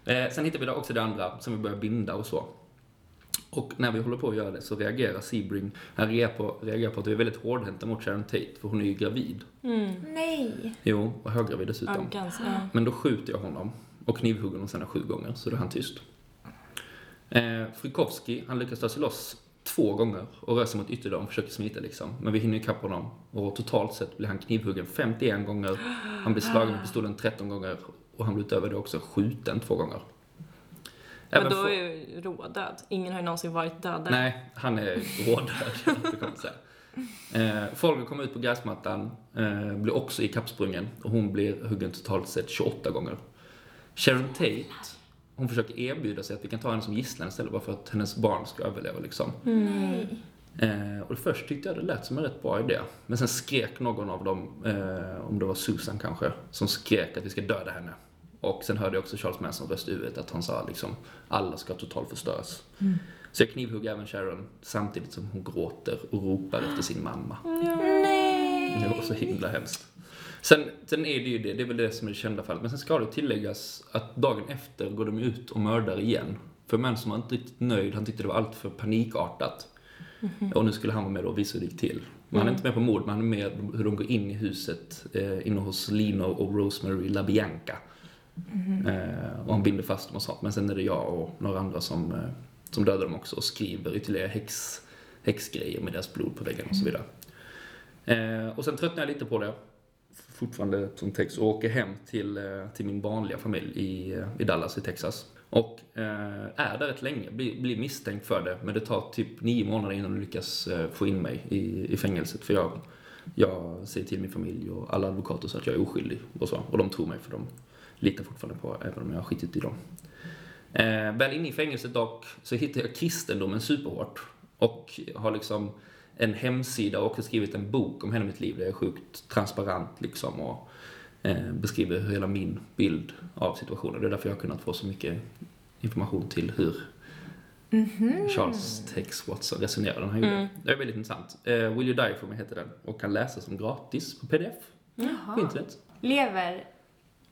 Speaker 3: eh, sen hittar vi då också det andra som vi börjar binda och så. Och när vi håller på att göra det så reagerar Sebring, han reagerar på, reagerar på att vi är väldigt hårdhänta mot Sharon Tate för hon är ju gravid.
Speaker 1: Nej.
Speaker 3: Jo, och höggravid dessutom.
Speaker 2: Ganska, ja.
Speaker 3: Men då skjuter jag honom och knivhugger honom sedan sju gånger, så då är han tyst. Eh, Frykowski, han lyckas ta sig loss två gånger och rör sig mot ytterdörren och försöker smita liksom. Men vi hinner ikapp honom och totalt sett blir han knivhuggen 51 gånger, han blir slagen med pistolen 13 gånger och han blir utöver det också skjuten två gånger.
Speaker 2: Men
Speaker 3: Även
Speaker 2: då
Speaker 3: för-
Speaker 2: är ju Roa död. Ingen har ju någonsin varit dödare.
Speaker 3: Nej, han är rådöd. det kan man säga. Eh, Folger kommer ut på gräsmattan, eh, blir också ikappsprungen och hon blir huggen totalt sett 28 gånger. Sharon Tate, hon försöker erbjuda sig att vi kan ta henne som gisslan istället bara för att hennes barn ska överleva liksom. Eh, och först tyckte jag det lät som en rätt bra idé. Men sen skrek någon av dem, eh, om det var Susan kanske, som skrek att vi ska döda henne. Och sen hörde jag också Charles Manson röst i huvudet att han sa liksom, alla ska totalt förstöras. Så jag knivhugger även Sharon samtidigt som hon gråter och ropar efter sin mamma.
Speaker 2: Mm,
Speaker 1: Nej.
Speaker 3: Det var så himla hemskt. Sen, sen är det ju det, det är väl det som är det kända fallet. Men sen ska det tilläggas att dagen efter går de ut och mördar igen. För Manson var inte riktigt nöjd, han tyckte det var allt för panikartat. Och nu skulle han vara med och visa hur det gick till. Men han är inte med på mord, men han är med hur de går in i huset eh, inne hos Lino och Rosemary LaBianca. Eh, och han binder fast dem och sånt. Men sen är det jag och några andra som, eh, som dödar dem också och skriver ytterligare häx, häxgrejer med deras blod på väggen och så vidare. Eh, och sen tröttnar jag lite på det, fortfarande som text, och åker hem till, eh, till min vanliga familj i, eh, i Dallas i Texas. Och eh, är där rätt länge, blir, blir misstänkt för det, men det tar typ nio månader innan de lyckas eh, få in mig i, i fängelset. För jag, jag säger till min familj och alla advokater så att jag är oskyldig och så. Och de tror mig för de litar fortfarande på även om jag har skitit i dem. Eh, väl inne i fängelset dock så hittar jag kristendomen superhårt och har liksom en hemsida och har skrivit en bok om hela mitt liv där jag är sjukt transparent liksom och eh, beskriver hela min bild av situationen. Det är därför jag har kunnat få så mycket information till hur
Speaker 1: Mm. Mm-hmm.
Speaker 3: Charles Tex Watson resonerar. Den här mm. Det är väldigt intressant. Eh, Will You Die For Me heter den och kan läsas som gratis på pdf på
Speaker 1: Jaha.
Speaker 3: internet.
Speaker 1: Lever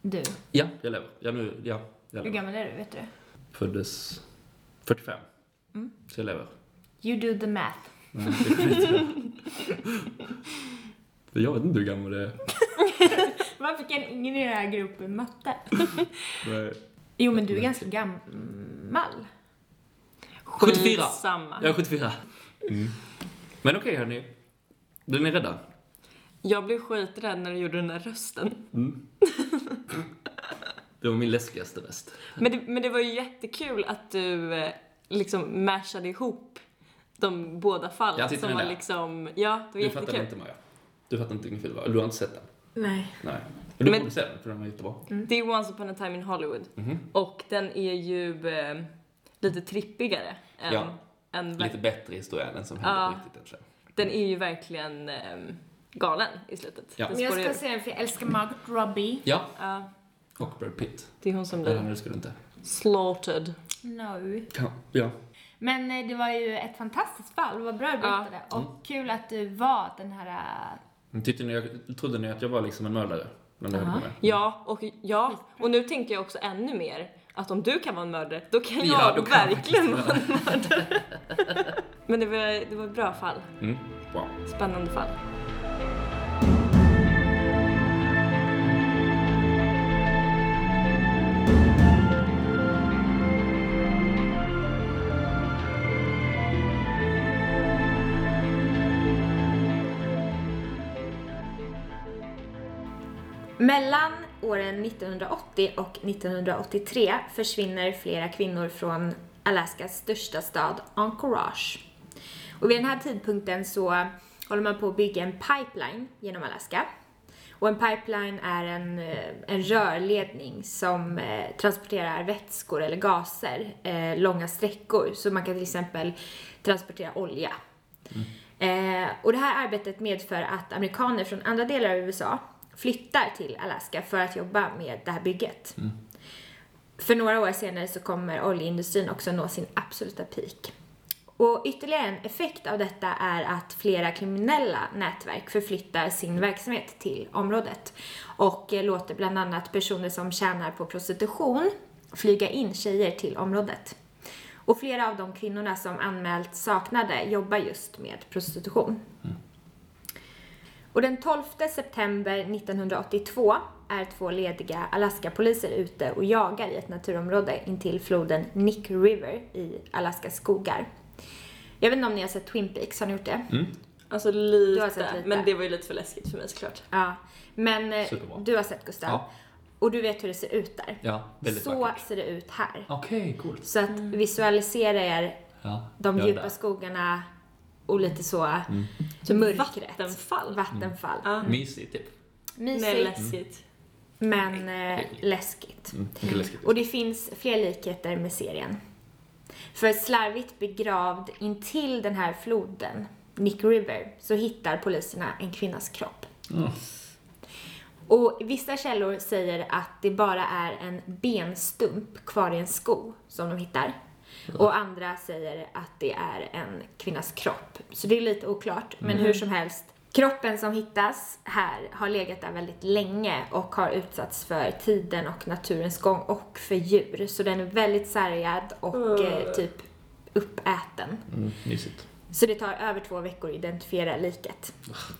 Speaker 1: du?
Speaker 3: Ja, jag lever. Jag nu, ja, jag
Speaker 1: Hur
Speaker 3: lever.
Speaker 1: gammal är du? Vet du?
Speaker 3: Föddes 45. Så jag lever.
Speaker 1: You do the math.
Speaker 3: Nej, det kan jag inte. För Mm. jag vet inte hur gammal det är.
Speaker 1: Varför kan ingen i den här gruppen matte?
Speaker 3: Nej.
Speaker 1: Jo, men du är ganska gammal.
Speaker 3: 74.
Speaker 2: Skitsamma.
Speaker 3: Jag är 74. Mm. Men okej hörni. Blir ni rädda?
Speaker 2: Jag blev skiträdd när du gjorde den där rösten.
Speaker 3: Det var min läskigaste rest.
Speaker 2: Men det, men det var ju jättekul att du eh, liksom mashade ihop de båda fallen
Speaker 3: Jag tittar
Speaker 2: som
Speaker 3: den
Speaker 2: var
Speaker 3: där.
Speaker 2: liksom, ja, det var
Speaker 3: Du fattar
Speaker 2: jättekul.
Speaker 3: inte Maja. Du fattar inte ungefär vad. Du har inte sett den?
Speaker 4: Nej.
Speaker 3: Nej. Men Mm-hmm. du
Speaker 2: Men-
Speaker 3: borde se den, för den var jättebra.
Speaker 2: Det är Once upon a time in Hollywood. Och den är ju eh, lite trippigare än,
Speaker 3: Ja.
Speaker 2: än
Speaker 3: Lite bättre historia än den som hände
Speaker 2: Ja.
Speaker 3: på riktigt. Alltså.
Speaker 2: Den är ju verkligen eh, galen i slutet.
Speaker 3: Ja.
Speaker 2: Den
Speaker 1: Men jag
Speaker 2: spårar
Speaker 1: ska
Speaker 2: ur.
Speaker 1: se den för jag älskar Margot Robbie.
Speaker 3: Ja,
Speaker 2: Ja,
Speaker 3: och Brad Pitt.
Speaker 2: det är hon som
Speaker 3: Eller han
Speaker 2: blir
Speaker 3: älskar du inte.
Speaker 2: slaughtered.
Speaker 1: No.
Speaker 3: Kan, ja.
Speaker 1: Men eh, det var ju ett fantastiskt fall, vad bra du
Speaker 2: Ja.
Speaker 1: berättade. Och kul att du var den här... eh,
Speaker 3: Men Tyckte ni, jag, trodde ni att jag var liksom en mördare? När ni höll på med?
Speaker 2: Ja, och ja, och nu tänker jag också ännu mer att om du kan vara en mördare, då kan jag
Speaker 3: Ja, då kan jag
Speaker 2: verkligen
Speaker 3: faktiskt
Speaker 2: vara en mördare. Men det var, det var ett bra fall.
Speaker 3: Mm. Wow.
Speaker 2: Spännande fall.
Speaker 1: Mellan åren 1980 och 1983 försvinner flera kvinnor från Alaskas största stad Anchorage. Och vid den här tidpunkten så håller man på att bygga en pipeline genom Alaska. Och en pipeline är en, eh, en rörledning som eh, transporterar vätskor eller gaser eh, långa sträckor. Så man kan till exempel transportera olja. Eh, och det här arbetet medför att amerikaner från andra delar av USA flyttar till Alaska för att jobba med det här bygget. För några år senare så kommer oljeindustrin också nå sin absoluta peak. Och ytterligare en effekt av detta är att flera kriminella nätverk förflyttar sin verksamhet till området och eh, låter bland annat personer som tjänar på prostitution flyga in tjejer till området. Och flera av de kvinnorna som anmält saknade jobbar just med prostitution. Och den 12 september 1982 är två lediga Alaskapoliser ute och jagar i ett naturområde intill floden Nick River i Alaskas skogar. Jag vet inte om ni har sett Twin Peaks, har ni gjort det?
Speaker 3: Mm.
Speaker 2: Alltså
Speaker 1: Du har
Speaker 2: lite,
Speaker 1: sett lite.
Speaker 2: men det var ju lite för läskigt för mig såklart.
Speaker 1: Ja. Men eh,
Speaker 3: Superbra.
Speaker 1: du har sett Gustav.
Speaker 3: Ja.
Speaker 1: Och du vet hur det ser ut där.
Speaker 3: Ja, väldigt
Speaker 1: Så
Speaker 3: vackert.
Speaker 1: ser det ut här.
Speaker 3: Okej, coolt.
Speaker 1: Så att visualisera er
Speaker 3: Ja,
Speaker 1: de
Speaker 3: jag är
Speaker 1: djupa
Speaker 3: där.
Speaker 1: skogarna och lite så
Speaker 3: Mm.
Speaker 1: mörkret.
Speaker 2: Vattenfall.
Speaker 1: Vattenfall.
Speaker 2: Ja.
Speaker 3: Mysigt typ.
Speaker 2: Nej,
Speaker 1: Mysigt
Speaker 2: läskigt.
Speaker 1: men eh, läskigt.
Speaker 3: Mm. Mycket läskigt.
Speaker 1: Och det finns fler likheter med serien. För slarvigt begravd intill den här floden, Nick River, så hittar poliserna en kvinnas kropp.
Speaker 3: Mm.
Speaker 1: Och vissa källor säger att det bara är en benstump kvar i en sko som de hittar. Och andra säger att det är en kvinnas kropp. Så det är lite oklart, men hur som helst. Kroppen som hittas här har legat där väldigt länge och har utsatts för tiden och naturens gång och för djur. Så den är väldigt sargad och eh, typ uppäten.
Speaker 3: Mm, mysigt.
Speaker 1: Så det tar över två veckor att identifiera liket.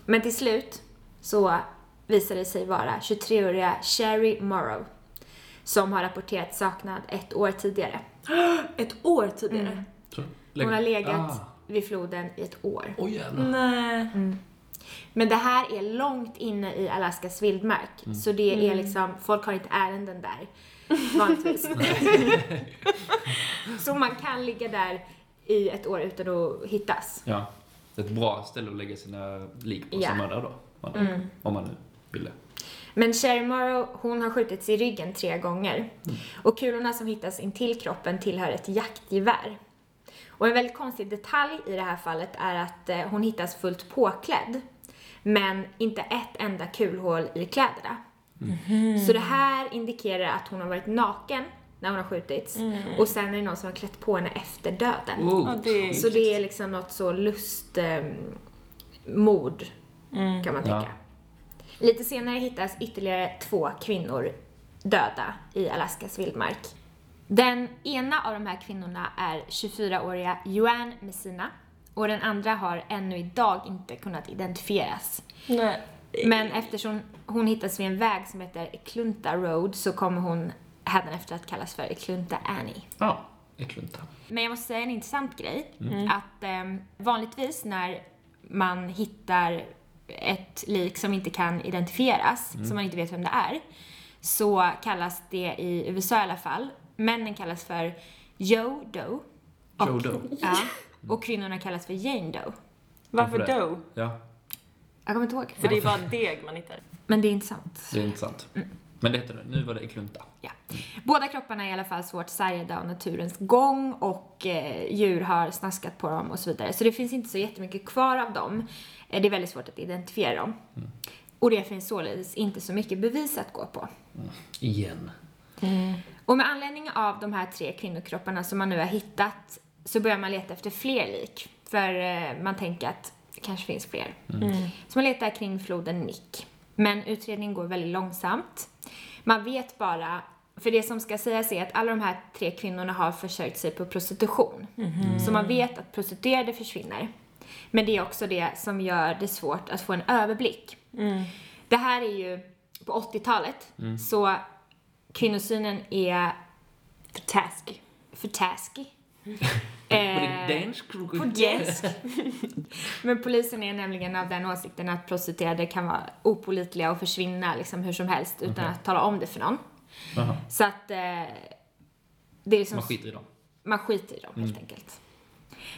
Speaker 1: Men till slut så visar det sig vara 23-åriga Sherry Morrow som har rapporterat saknad ett år tidigare.
Speaker 2: Ett år tidigare.
Speaker 3: Så, lägg-
Speaker 1: Hon har legat
Speaker 3: Ah.
Speaker 1: vid floden i ett år.
Speaker 3: Oj jävlar.
Speaker 2: Nej.
Speaker 1: Men det här är långt inne i Alaskas vildmark,
Speaker 3: Mm.
Speaker 1: så det är liksom, folk har inte ärenden där vanligtvis. så man kan ligga där i ett år utan att hittas.
Speaker 3: Ja. Ett bra ställe att lägga sina lik på
Speaker 1: Ja. Mm.
Speaker 3: som mördare då. Man, Om man nu ville.
Speaker 1: Men Sherry Morrow, hon har skjutits i ryggen tre gånger. Och kulorna som hittas intill kroppen tillhör ett jaktgevär. Och en väldigt konstig detalj i det här fallet är att eh, hon hittas fullt påklädd. Men inte ett enda kulhål i kläderna. Så det här indikerar att hon har varit naken när hon har skjutits. Och sen är det någon som har klätt på henne efter döden.
Speaker 2: Ja, det är...
Speaker 1: Så det är liksom något så lust, eh, mord kan man
Speaker 3: Ja.
Speaker 1: tänka. Lite senare hittas ytterligare två kvinnor döda i Alaskas vildmark. Den ena av de här kvinnorna är 24-åriga Joanne Messina och den andra har ännu idag inte kunnat identifieras.
Speaker 2: Nej.
Speaker 1: Men eftersom hon hittas vid en väg som heter Eklunta Road så kommer hon hädanefter att kallas för Eklunta Annie.
Speaker 3: Ja, äcklunta.
Speaker 1: Men jag måste säga en intressant grej. Att ehm, vanligtvis när man hittar ett lik som inte kan identifieras, som man inte vet vem det är, så kallas det i USA i alla fall, männen kallas för Joe Doe. Och,
Speaker 3: Joe Doe.
Speaker 1: Ja, och kvinnorna kallas för Jane Doe.
Speaker 3: Varför
Speaker 4: Varför
Speaker 3: det?
Speaker 4: Doe?
Speaker 3: Ja,
Speaker 1: Jag kommer inte ihåg.
Speaker 2: För det är bara deg man hittar.
Speaker 1: Men det är inte sant.
Speaker 3: det är intressant.
Speaker 1: Mm.
Speaker 3: Men det heter det. Nu var det i klunta.
Speaker 1: Ja. Båda kropparna är i alla fall svårt sargade av naturens gång och eh, djur har snaskat på dem och så vidare. Så det finns inte så jättemycket kvar av dem. Eh, det är väldigt svårt att identifiera dem. Och det finns således inte så mycket bevis att gå på.
Speaker 3: Igen.
Speaker 1: Och med anledning av de här tre kvinnokropparna som man nu har hittat så börjar man leta efter fler lik. För eh, man tänker att det kanske finns fler. Så man letar kring floden Nick. Men utredningen går väldigt långsamt. Man vet bara, för det som ska sägas är att alla de här tre kvinnorna har försörjt sig på prostitution. Så man vet att prostituerade försvinner. Men det är också det som gör det svårt att få en överblick. Det här är ju på 80-talet, så kvinnosynen är
Speaker 4: The task.
Speaker 1: för taskig. Eh,
Speaker 3: dansk?
Speaker 1: Yes. Men polisen är nämligen av den åsikten att prostituerade kan vara opolitliga och försvinna liksom hur som helst utan att tala om det för någon.
Speaker 3: Jaha,
Speaker 1: Så att eh, det är liksom
Speaker 3: man Mm. skiter i dem.
Speaker 1: man skiter i dem helt enkelt.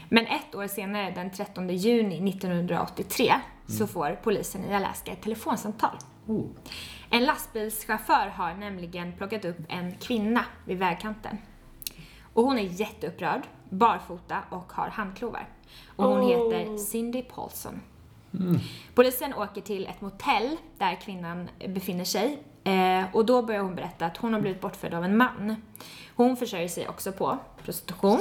Speaker 1: Men ett år senare, den 13 juni 1983, så får polisen i Alaska ett telefonsamtal.
Speaker 3: Oh.
Speaker 1: En lastbilschaufför har nämligen plockat upp en kvinna vid vägkanten. Och hon är jätteupprörd, barfota och har handklovar. Och hon
Speaker 4: Oh.
Speaker 1: heter Cindy Paulson. Polisen åker till ett motell där kvinnan befinner sig eh, och då börjar hon berätta att hon har blivit bortförd av en man. Hon försörjer sig också på prostitution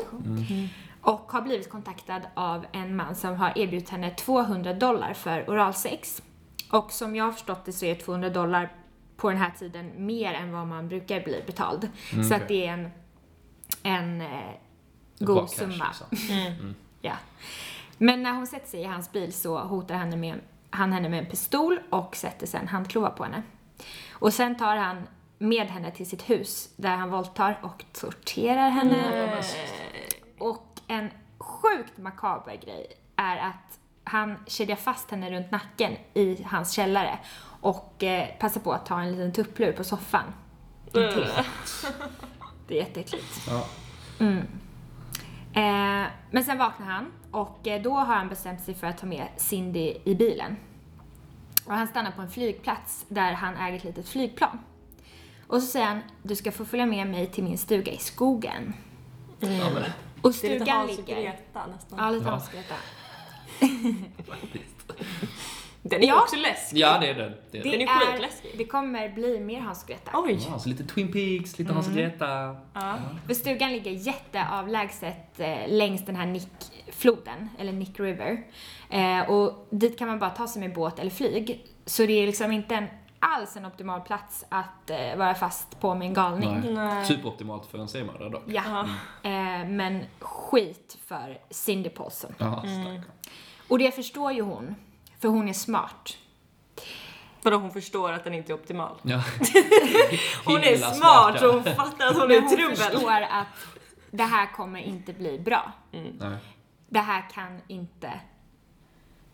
Speaker 1: och har blivit kontaktad av en man som har erbjudit henne 200 dollar för oralsex. Och som jag har förstått det så är 200 dollar på den här tiden mer än vad man brukar bli betald. så att
Speaker 3: Mm, okej.
Speaker 1: det är en, en eh,
Speaker 3: Bra
Speaker 1: god
Speaker 3: cash,
Speaker 1: summa.
Speaker 3: liksom.
Speaker 1: Ja. Men när hon sätter sig i hans bil så hotar henne med, han henne med en pistol och sätter sen handklovar på henne. Och sen tar han med henne till sitt hus där han våldtar och torterar henne. Och en sjukt makaber grej är att han kedjar fast henne runt nacken i hans källare och eh, passar på att ta en liten tupplur på soffan. intill. Det är jätteäckligt.
Speaker 3: Ja.
Speaker 1: Eh, men sen vaknar han och eh, då har han bestämt sig för att ta med Cindy i bilen. Och han stannar på en flygplats där han äger ett litet flygplan. Och så säger han, du ska få följa med mig till min stuga i skogen.
Speaker 3: ja, men
Speaker 1: Och
Speaker 4: Det är lite
Speaker 1: stugan
Speaker 4: Hans och
Speaker 1: ligger...
Speaker 4: Greta nästan.
Speaker 1: Ja, lite
Speaker 3: Ja.
Speaker 1: Hans och Greta.
Speaker 3: faktiskt.
Speaker 2: Den är ju
Speaker 1: Ja.
Speaker 2: också läskig.
Speaker 3: Ja, det är den. Det är
Speaker 2: Den
Speaker 3: den.
Speaker 2: är skitläskig.
Speaker 1: det kommer bli mer Hans och Greta.
Speaker 5: Mm.
Speaker 2: Oj!
Speaker 3: Ja, så lite Twin Peaks, lite Hans och
Speaker 1: Mm.
Speaker 3: Greta.
Speaker 2: Ja.
Speaker 1: För stugan ligger jätteavlägset eh, längs den här Nick-floden, eller Nick River. Eh, och dit kan man bara ta sig med båt eller flyg. Så det är liksom inte en, alls en optimal plats att eh, vara fast på med en galning.
Speaker 3: Nej.
Speaker 2: Nej.
Speaker 3: Superoptimalt för en seriemördare dock.
Speaker 1: Ja. Eh, men skit för Cindy Paulson.
Speaker 3: Ja, mm.
Speaker 1: Och det förstår ju hon, för hon är smart.
Speaker 2: Vadå hon förstår att den inte är optimal?
Speaker 3: ja.
Speaker 2: Hon är
Speaker 3: Himla
Speaker 2: smart
Speaker 3: ja.
Speaker 2: och hon fattar att hon är
Speaker 1: Men hon
Speaker 2: trubbel.
Speaker 1: förstår att det här kommer inte bli bra.
Speaker 3: Nej.
Speaker 1: Det här kan inte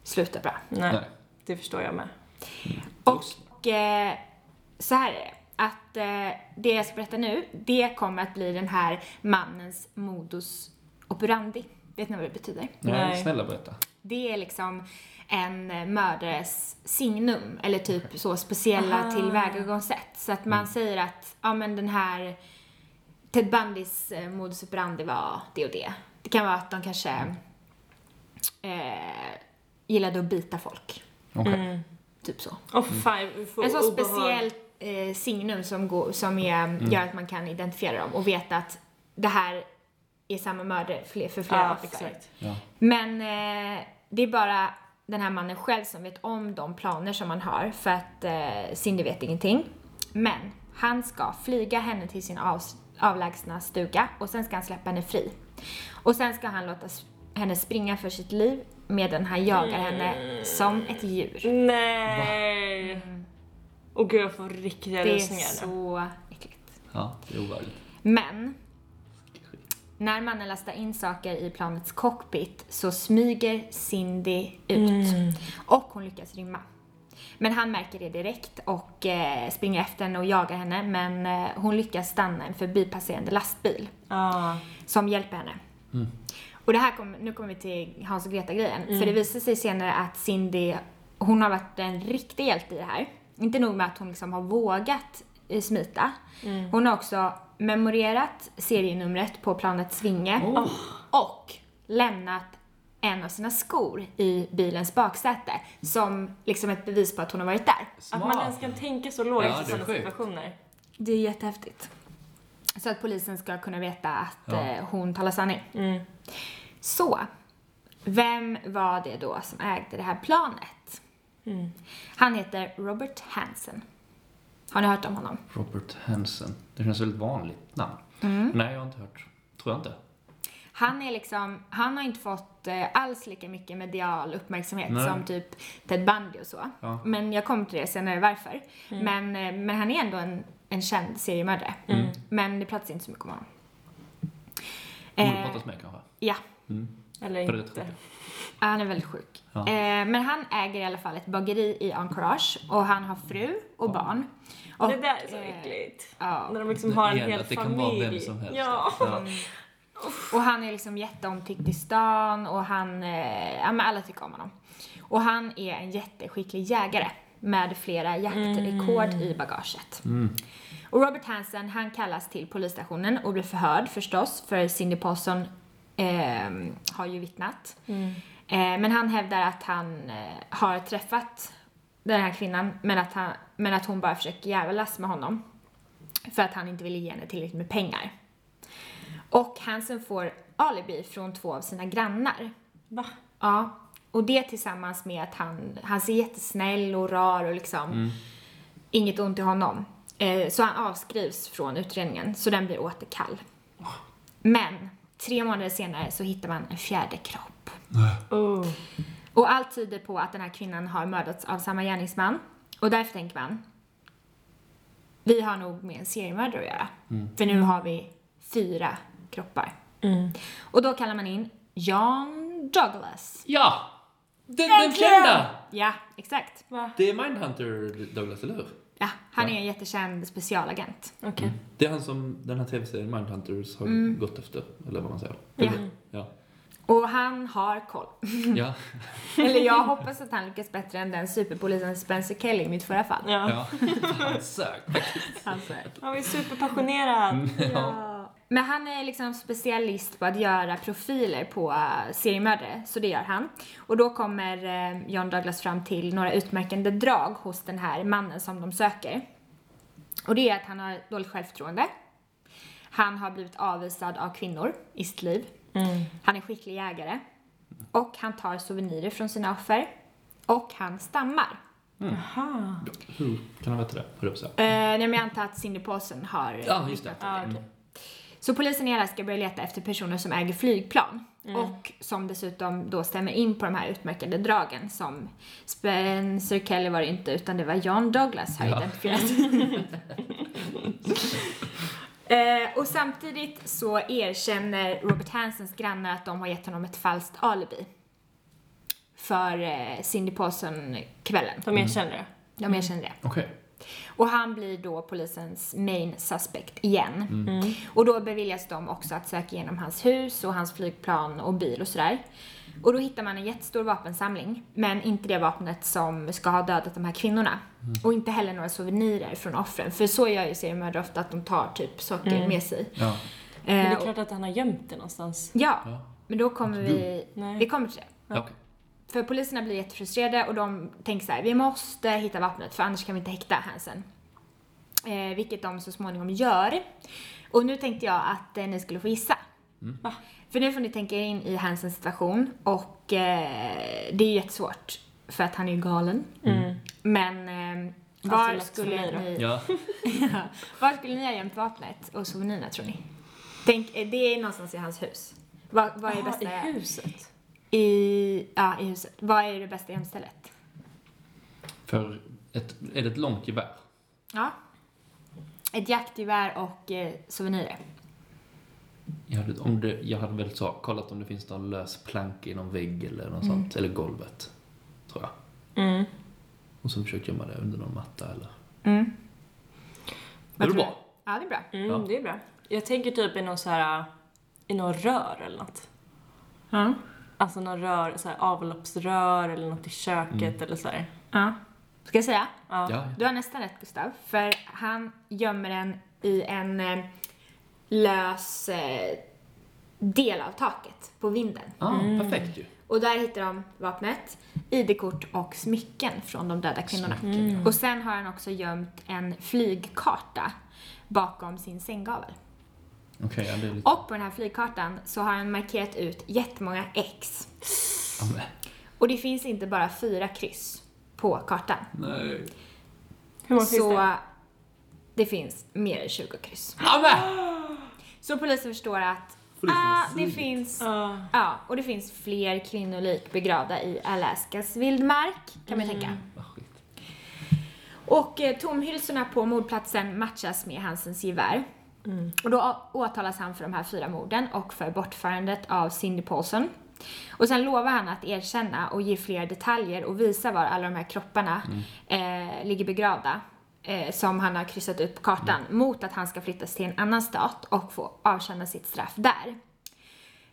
Speaker 1: sluta bra.
Speaker 2: Nej,
Speaker 3: Nej.
Speaker 2: det förstår jag med.
Speaker 1: Och eh, så här är det. Att eh, det jag ska berätta nu, det kommer att bli den här mannens modus operandi. Vet ni vad det betyder?
Speaker 3: Nej.
Speaker 2: Nej.
Speaker 3: snälla berätta.
Speaker 1: Det är liksom en mördares signum, eller typ så speciella tillvägagångssätt. Så att man säger att, ja men den här Ted Bundys eh, modus operandi var det och det. Det kan vara att de kanske eh, gillade att bita folk.
Speaker 3: Okej.
Speaker 1: Typ så.
Speaker 2: Åh
Speaker 5: Mm.
Speaker 2: fan, jag får
Speaker 1: En sån
Speaker 2: obehag.
Speaker 1: speciell eh, signum som, går, som är, gör att man kan identifiera dem och veta att det här är samma mördare fler- för flera
Speaker 2: Ja,
Speaker 1: offer.
Speaker 2: exakt.
Speaker 3: Ja.
Speaker 1: Men eh, det är bara den här mannen själv som vet om de planer som han har för att eh, Cindy vet ingenting. Men han ska flyga henne till sin av, avlägsna stuga och sen ska han släppa henne fri. Och sen ska han låta s- henne springa för sitt liv medan han jagar
Speaker 2: Mm.
Speaker 1: henne som ett djur.
Speaker 2: Nej! Och gud jag får riktiga
Speaker 1: Det är
Speaker 2: rysningar nu.
Speaker 1: så äckligt.
Speaker 3: ja, det är obehagligt.
Speaker 1: Men när mannen lastar in saker i planets cockpit så smyger Cindy ut och hon lyckas rymma. Men han märker det direkt och eh, springer efter henne och jagar henne men eh, hon lyckas stanna en förbipasserande lastbil
Speaker 2: Ah.
Speaker 1: som hjälper henne. Och det här kom, nu kommer vi till Hans och Greta-grejen. För det visar sig senare att Cindy, hon har varit en riktig hjälte i det här. Inte nog med att hon liksom har vågat eh, smita. Hon har också memorerat serienumret på planets vinge. Och lämnat en av sina skor i bilens baksäte. Som liksom ett bevis på att hon har varit där.
Speaker 2: Att man ens kan tänka så lågt
Speaker 5: Ja, det
Speaker 2: i
Speaker 5: är
Speaker 2: sådana
Speaker 5: sjukt.
Speaker 2: situationer.
Speaker 1: Det är jättehäftigt. Så att polisen ska kunna veta att
Speaker 5: Ja.
Speaker 1: eh, hon talar sanning. Så, vem var det då som ägde det här planet? Han heter Robert Hansen. Har ni hört om honom?
Speaker 5: Robert Hansen. Det känns väldigt vanligt namn.
Speaker 2: Mm.
Speaker 5: Nej, jag har inte hört. Tror jag inte.
Speaker 1: Han är liksom, han har inte fått eh, alls lika mycket medial uppmärksamhet
Speaker 5: Nej.
Speaker 1: som typ Ted Bundy och så.
Speaker 5: Ja.
Speaker 1: Men jag kommer till det senare varför. Men, eh, men han är ändå en, en känd seriemördare.
Speaker 5: Mm.
Speaker 1: Men det pratas inte så mycket om honom.
Speaker 5: Borde
Speaker 1: Eh,
Speaker 5: pratas med kanske.
Speaker 1: Ja,
Speaker 2: Eller
Speaker 5: För det är rätt
Speaker 2: inte.
Speaker 5: sjukt.
Speaker 1: Ja, han är väldigt sjuk.
Speaker 5: Ja.
Speaker 1: Eh, men han äger i alla fall ett bageri i Anchorage och han har fru och barn. Och,
Speaker 2: Det där är så
Speaker 1: eh,
Speaker 2: äckligt.
Speaker 1: Ja,
Speaker 2: När de liksom har en
Speaker 5: Igen,
Speaker 2: hel
Speaker 5: att det
Speaker 2: familj.
Speaker 5: kan vara vem som helst.
Speaker 2: Ja.
Speaker 5: Ja.
Speaker 1: och han är liksom jätteomtyckt i stan och han, eh, ja men alla tycker om honom. Och han är en jätteskicklig jägare med flera jaktrekord i bagaget. Och Robert Hansen, han kallas till polisstationen och blir förhörd förstås, för Cindy Paulson eh, har ju vittnat. Eh, men han hävdar att han eh, har träffat den här kvinnan, men att, han, men att hon bara försöker djävulas med honom. För att han inte vill ge henne tillräckligt med pengar. Och Hansen får alibi från två av sina grannar.
Speaker 2: Va?
Speaker 1: Ja, och det tillsammans med att han, han ser jättesnäll och rar och liksom inget ont i honom. Eh, så han avskrivs från utredningen, så den blir återkall. Men tre månader senare så hittar man en fjärde kropp.
Speaker 2: Oh.
Speaker 1: Och allt tyder på att den här kvinnan har mördats av samma gärningsman. Och därför tänker man, vi har nog med en seriemördare att göra. För nu har vi fyra kroppar. Och då kallar man in John Douglas.
Speaker 5: Ja! Den, den kända!
Speaker 1: Ja, exakt.
Speaker 5: Det är Mindhunter Douglas, eller hur?
Speaker 1: Ja, han är en jättekänd specialagent.
Speaker 2: Okej.
Speaker 5: Det är han som den här tv-serien Mindhunters har
Speaker 2: Mm.
Speaker 5: gått efter, eller vad man säger.
Speaker 1: Ja.
Speaker 5: Ja.
Speaker 1: Och han har koll.
Speaker 5: Ja.
Speaker 1: Eller jag hoppas att han lyckas bättre än den superpolisen Spencer Kelly i mitt förra fall.
Speaker 2: Ja.
Speaker 5: ja. Han sög.
Speaker 1: Alltså.
Speaker 2: Han är superpassionerad.
Speaker 5: Mm.
Speaker 1: Men han är liksom specialist på att göra profiler på eh, seriemördare, så det gör han. Och då kommer eh, John Douglas fram till några utmärkande drag hos den här mannen som de söker. Och det är att han har dåligt självförtroende. Han har blivit avvisad av kvinnor i sitt liv. Han är skicklig jägare. Och han tar souvenirer från sina offer. Och han stammar.
Speaker 2: Aha.
Speaker 5: Hur kan han veta det, höll jag på att säga.
Speaker 1: Eh, nej, men jag antar att Cindy Paulsen har eh,
Speaker 5: Ja, just det.
Speaker 1: vittnat om det. Så polisen i Alaska börjar leta efter personer som äger flygplan och som dessutom då stämmer in på de här utmärkande dragen som Spencer Kelly var det inte utan det var John Douglas har
Speaker 5: Ja.
Speaker 1: identifierat. Eh, och samtidigt så erkänner Robert Hansens grannar att de har gett honom ett falskt alibi för eh, Cindy Paulson-kvällen.
Speaker 5: Mm.
Speaker 2: De erkänner det.
Speaker 1: De erkänner det.
Speaker 5: Okej.
Speaker 1: Och han blir då polisens main suspect igen.
Speaker 2: Mm.
Speaker 1: Och då beviljas de också att söka igenom hans hus och hans flygplan och bil och sådär. Och då hittar man en jättestor vapensamling, men inte det vapnet som ska ha dödat de här kvinnorna. Och inte heller några souvenirer från offren, för så gör ju seriemördare ofta att de tar typ saker med sig.
Speaker 5: Ja.
Speaker 2: Mm. Men det
Speaker 1: Eh,
Speaker 2: är klart att han har gömt det någonstans.
Speaker 1: ja,
Speaker 5: Ja.
Speaker 1: men då kommer vi,
Speaker 2: Nej.
Speaker 1: vi kommer till det.
Speaker 5: Ja, okej.
Speaker 1: För poliserna blir jättefrustrerade och de tänker så här, vi måste hitta vapnet för annars kan vi inte häkta Hansen. Eh, vilket de så småningom gör. Och nu tänkte jag att eh, ni skulle få gissa.
Speaker 2: Va?
Speaker 1: För nu får ni tänka er in i Hansens situation och eh, det är jättesvårt för att han är ju galen.
Speaker 2: Mm.
Speaker 1: Men eh, var,
Speaker 2: Alltså, lätt för mig
Speaker 1: skulle
Speaker 2: då.
Speaker 1: ni,
Speaker 5: Ja.
Speaker 1: var skulle ni ha gömt vapnet och souvenirerna tror ni? Tänk, eh, det är någonstans i hans hus. Vad, vad är
Speaker 2: Jaha,
Speaker 1: bästa...
Speaker 2: i huset?
Speaker 1: I, ja, i huset. Vad är det bästa gömstället?
Speaker 5: För ett, är det ett långt gevär?
Speaker 1: Ja. Ett jaktgevär och eh, souvenirer.
Speaker 5: Jag hade, om det, jag hade väl så, kollat om det finns
Speaker 1: Mm.
Speaker 5: någon lös planka i någon vägg eller något sånt. Eller golvet. Tror jag.
Speaker 3: Och så försökte gömma det under någon matta eller...
Speaker 1: Mm.
Speaker 3: Det var
Speaker 2: tror
Speaker 3: bra.
Speaker 1: Ja, det är bra.
Speaker 2: Mm,
Speaker 3: Ja.
Speaker 2: det är bra. Jag tänker typ i någon så här, i någon rör eller något.
Speaker 1: Ja.
Speaker 2: Alltså någon rör, så här avloppsrör eller något i köket eller så här.
Speaker 1: ja. Ska jag säga?
Speaker 2: Ja.
Speaker 3: Ja,
Speaker 1: Du har nästan rätt Gustav, för han gömmer den i en eh, lös eh, del av taket på vinden.
Speaker 5: Ah, Perfekt ju.
Speaker 1: Och där hittar de vapnet, ID-kort och smycken från de döda kvinnorna. Och sen har han också gömt en flygkarta bakom sin sänggavel.
Speaker 5: Okej, ja, det är lite...
Speaker 1: Och på den här flygkartan så har han markerat ut jättemånga X.
Speaker 5: Ja, men-
Speaker 1: Och det finns inte bara fyra kryss på kartan.
Speaker 5: Nej.
Speaker 2: Hur många finns
Speaker 1: Så
Speaker 2: det?
Speaker 1: det? finns mer än 20 kryss. Ah, Så polisen förstår att
Speaker 3: Polisen har
Speaker 1: ah, det
Speaker 3: flugit.
Speaker 1: finns
Speaker 2: Ja.
Speaker 1: ja, och det finns fler kvinnolik begravda i Alaskas vildmark, kan man tänka.
Speaker 5: Vad skit.
Speaker 1: Och eh, tomhylsorna på mordplatsen matchas med Hansens gevär. Och då å- åtalas han för de här fyra morden och för bortförandet av Cindy Paulson. Och sen lovar han att erkänna och ge fler detaljer och visa var alla de här kropparna
Speaker 5: Mm.
Speaker 1: eh, ligger begravda. Eh, som han har kryssat ut på kartan.
Speaker 5: Mm.
Speaker 1: Mot att han ska flyttas till en annan stat och få avtjäna sitt straff där.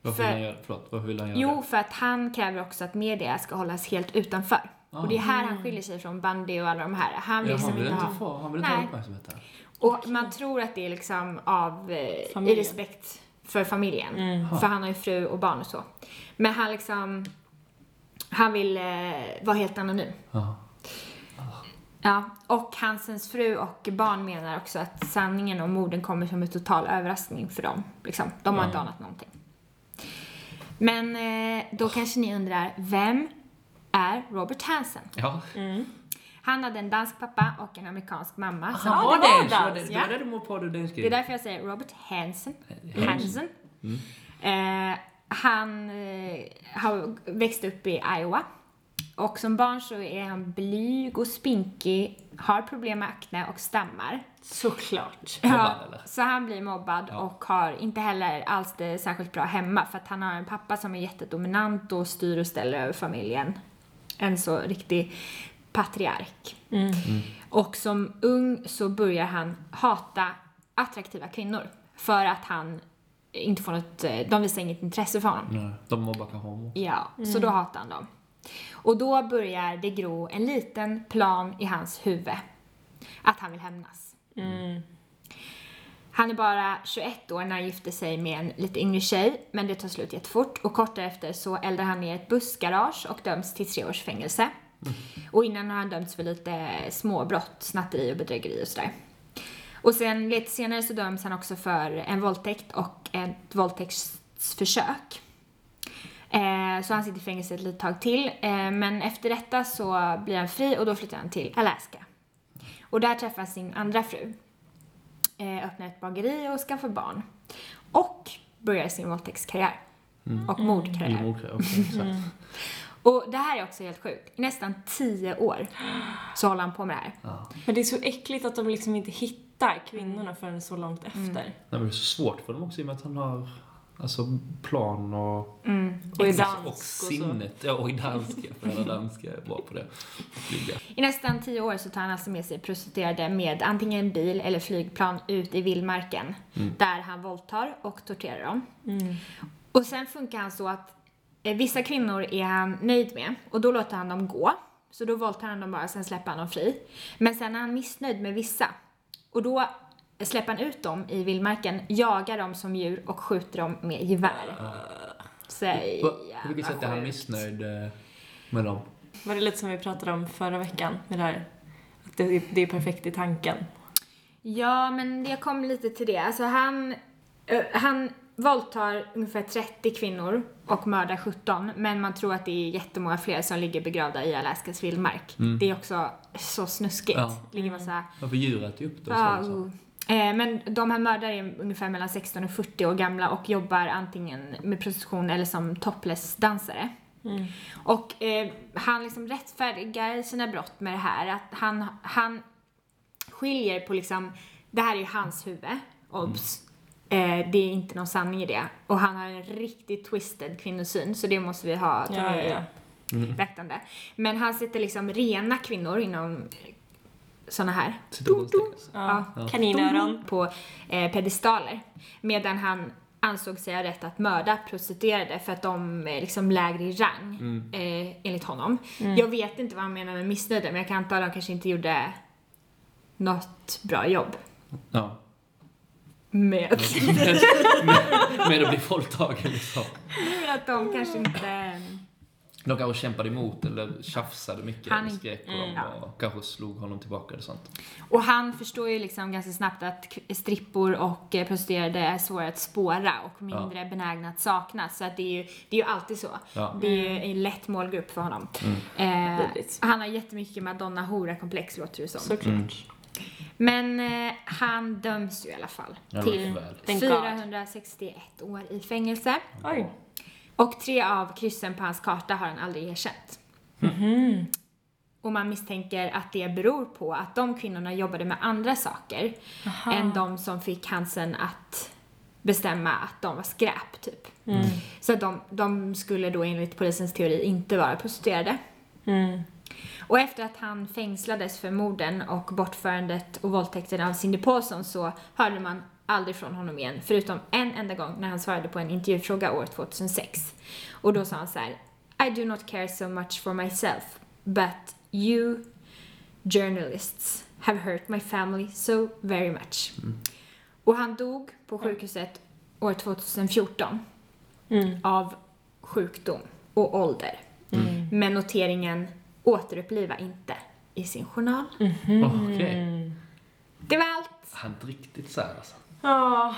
Speaker 5: Varför vill han göra, förlåt, varför vill han göra
Speaker 1: Jo, för att han kräver också att media ska hållas helt utanför. Och det är här han skiljer sig från Bundy och alla de här. Han
Speaker 5: det?
Speaker 1: vill
Speaker 5: Ja,
Speaker 1: liksom
Speaker 5: han vill
Speaker 1: inte
Speaker 5: inte
Speaker 1: ha...
Speaker 5: få, han vill inte ha
Speaker 1: Nej.
Speaker 5: uppmärksamhet där.
Speaker 1: Och man tror att det är liksom av eh, i
Speaker 2: Familjen.
Speaker 1: respekt för familjen. För han har ju fru och barn och så. Men han liksom, han vill eh, vara helt anonym.
Speaker 5: Ja.
Speaker 1: Ja, och Hansens fru och barn menar också att sanningen om morden kommer som en total överraskning för dem. Liksom, de har inte anat någonting. Men eh, då kanske ni undrar, vem är Robert Hansen?
Speaker 5: Ja.
Speaker 1: Han hade en dansk pappa och en amerikansk mamma. som-
Speaker 5: Han
Speaker 2: det
Speaker 5: var
Speaker 2: var
Speaker 5: dansk!
Speaker 2: dans,
Speaker 5: Det
Speaker 1: ja.
Speaker 5: var det du må på, det dansk.
Speaker 1: Det är därför jag säger Robert Hansen.
Speaker 5: Hansen.
Speaker 1: Hansen. Eh, han eh, har växt upp i Iowa. Och som barn så är han blyg och spinkig, har problem med akne och stammar.
Speaker 2: Såklart.
Speaker 5: Mobbad, eller?
Speaker 1: så han blir mobbad
Speaker 5: Ja.
Speaker 1: och har inte heller alls det särskilt bra hemma för att han har en pappa som är jättedominant och styr och ställer över familjen. En så riktig patriark.
Speaker 5: Mm.
Speaker 1: Och som ung så börjar han hata attraktiva kvinnor för att han inte får något, eh, de visar inget intresse för honom.
Speaker 5: Nej, De mobbar kanske homo.
Speaker 1: Ja, så då hatar han dem. Och då börjar det gro en liten plan i hans huvud. Att han vill hämnas. Han är bara 21 år när han gifter sig med en lite yngre tjej, men det tar slut jättefort. Och kort därefter så eldar han ner ett bussgarage och döms till tre års fängelse. Och innan har han dömts för lite småbrott, snatteri och bedrägeri och sådär. Och sen lite senare så döms han också för en våldtäkt och ett våldtäktsförsök. Eh, så han sitter i fängelse ett litet tag till. Eh, men efter detta så blir han fri och då flyttar han till Alaska. Och där träffar han sin andra fru. Eh, öppnar ett bageri och skaffar barn. Och börjar sin våldtäktskarriär. Och mordkarriär.
Speaker 3: Mm.
Speaker 5: Min mor också. exakt.
Speaker 1: Och det här är också helt sjukt. I nästan tio år så håller han på med det här.
Speaker 2: Men det är så äckligt att de liksom inte hittar kvinnorna förrän så långt efter.
Speaker 5: Nej, men det är så svårt för dem också i och med att han har alltså, plan och...
Speaker 2: Och är
Speaker 5: Alltså,
Speaker 2: dansk
Speaker 5: och
Speaker 2: och så.
Speaker 5: sinnet. Ja, och i danska. För alla danska är bra på det. Flyga.
Speaker 1: I nästan tio år så tar han alltså med sig prostituerade med antingen bil eller flygplan ut i vildmarken.
Speaker 5: Mm.
Speaker 1: Där han våldtar och torterar dem. Och sen funkar han så att eh, vissa kvinnor är han nöjd med och då låter han dem gå. Så då våldtar han dem bara, sen släpper han dem fri. Men sen är han missnöjd med vissa. Och då släpper han ut dem i vildmarken, jagar dem som djur och skjuter dem med gevär. Så,
Speaker 5: Ah. På, på vilket
Speaker 1: jävla
Speaker 5: sätt är han
Speaker 1: sjukt.
Speaker 5: missnöjd eh, med dem?
Speaker 2: Var det lite som vi pratade om förra veckan med det här? Att det, det är perfekt i tanken.
Speaker 1: Ja, men jag kom lite till det. Alltså han, eh, han våldtar ungefär 30 kvinnor och mördar 17. Men man tror att det är jättemånga fler som ligger begravda i Alaskas vildmark. Det är också så snuskigt.
Speaker 5: Ja.
Speaker 1: Det ligger massa...
Speaker 5: Varför djur äter ju upp det? och
Speaker 1: Ja,
Speaker 5: så, så.
Speaker 1: uh. Eh, Men de här mördare är ungefär mellan 16 och 40 år gamla och jobbar antingen med prostitution eller som topless-dansare.
Speaker 5: Mm.
Speaker 1: Och eh, han liksom rättfärdigar sina brott med det här. Att han, han skiljer på liksom, det här är ju hans huvud, obs. Eh, det är inte någon sanning i det. Och han har en riktigt twisted kvinnosyn, så det måste vi ha
Speaker 2: Ja, ja, ja.
Speaker 1: beaktande. Men han sätter liksom rena kvinnor inom såna här
Speaker 3: Citationstecken.
Speaker 1: ja,
Speaker 2: Kaninöron.
Speaker 1: på eh, pedestaler. Medan han ansåg sig ha rätt att mörda prostituerade för att de är liksom lägre i rang, eh, enligt honom. Jag vet inte vad han menar med missnöjda, men jag kan anta att de kanske inte gjorde något bra jobb
Speaker 5: Ja.
Speaker 1: med
Speaker 5: Med att bli våldtagen liksom.
Speaker 1: att de kanske inte...
Speaker 5: De kanske kämpade emot eller tjafsade mycket.
Speaker 1: Han-
Speaker 5: Han... Skrek på dem och kanske slog honom tillbaka eller sånt.
Speaker 1: Och han förstår ju liksom ganska snabbt att k- strippor och eh, prostituerade är svåra att spåra och mindre benägna att saknas. Så att det är ju, det är ju alltid så.
Speaker 5: Ja.
Speaker 1: Det är ju
Speaker 2: Mm.
Speaker 1: en lätt målgrupp för honom. Eh,
Speaker 2: Vidrigt.
Speaker 1: han har jättemycket madonna-hora-komplex låter det som.
Speaker 2: Såklart.
Speaker 1: Men eh, han döms ju i alla fall
Speaker 5: Ja,
Speaker 3: Mm.
Speaker 1: till
Speaker 5: väl.
Speaker 2: Thank God.
Speaker 1: 461 år i fängelse.
Speaker 2: Oj.
Speaker 1: Och tre av kryssen på hans karta har han aldrig erkänt. Och man misstänker att det beror på att de kvinnorna jobbade med andra saker än de som fick Hansen att bestämma att de var skräp, typ. Så att de, de skulle då enligt polisens teori inte vara prostituerade. Och efter att han fängslades för morden och bortförandet och våldtäkten av Cindy Paulson så hörde man aldrig från honom igen, förutom en enda gång när han svarade på en intervjufråga år 2006. Och då sa han så här: I do not care so much for myself, but you journalists have hurt my family so very much. Och han dog på sjukhuset år 2014 Mm. av sjukdom och ålder.
Speaker 5: Mm.
Speaker 2: Mm.
Speaker 1: Med noteringen återuppliva inte i sin journal. Mm.
Speaker 5: Okej.
Speaker 1: Det var allt.
Speaker 5: Han är riktigt sär alltså.
Speaker 2: Ja.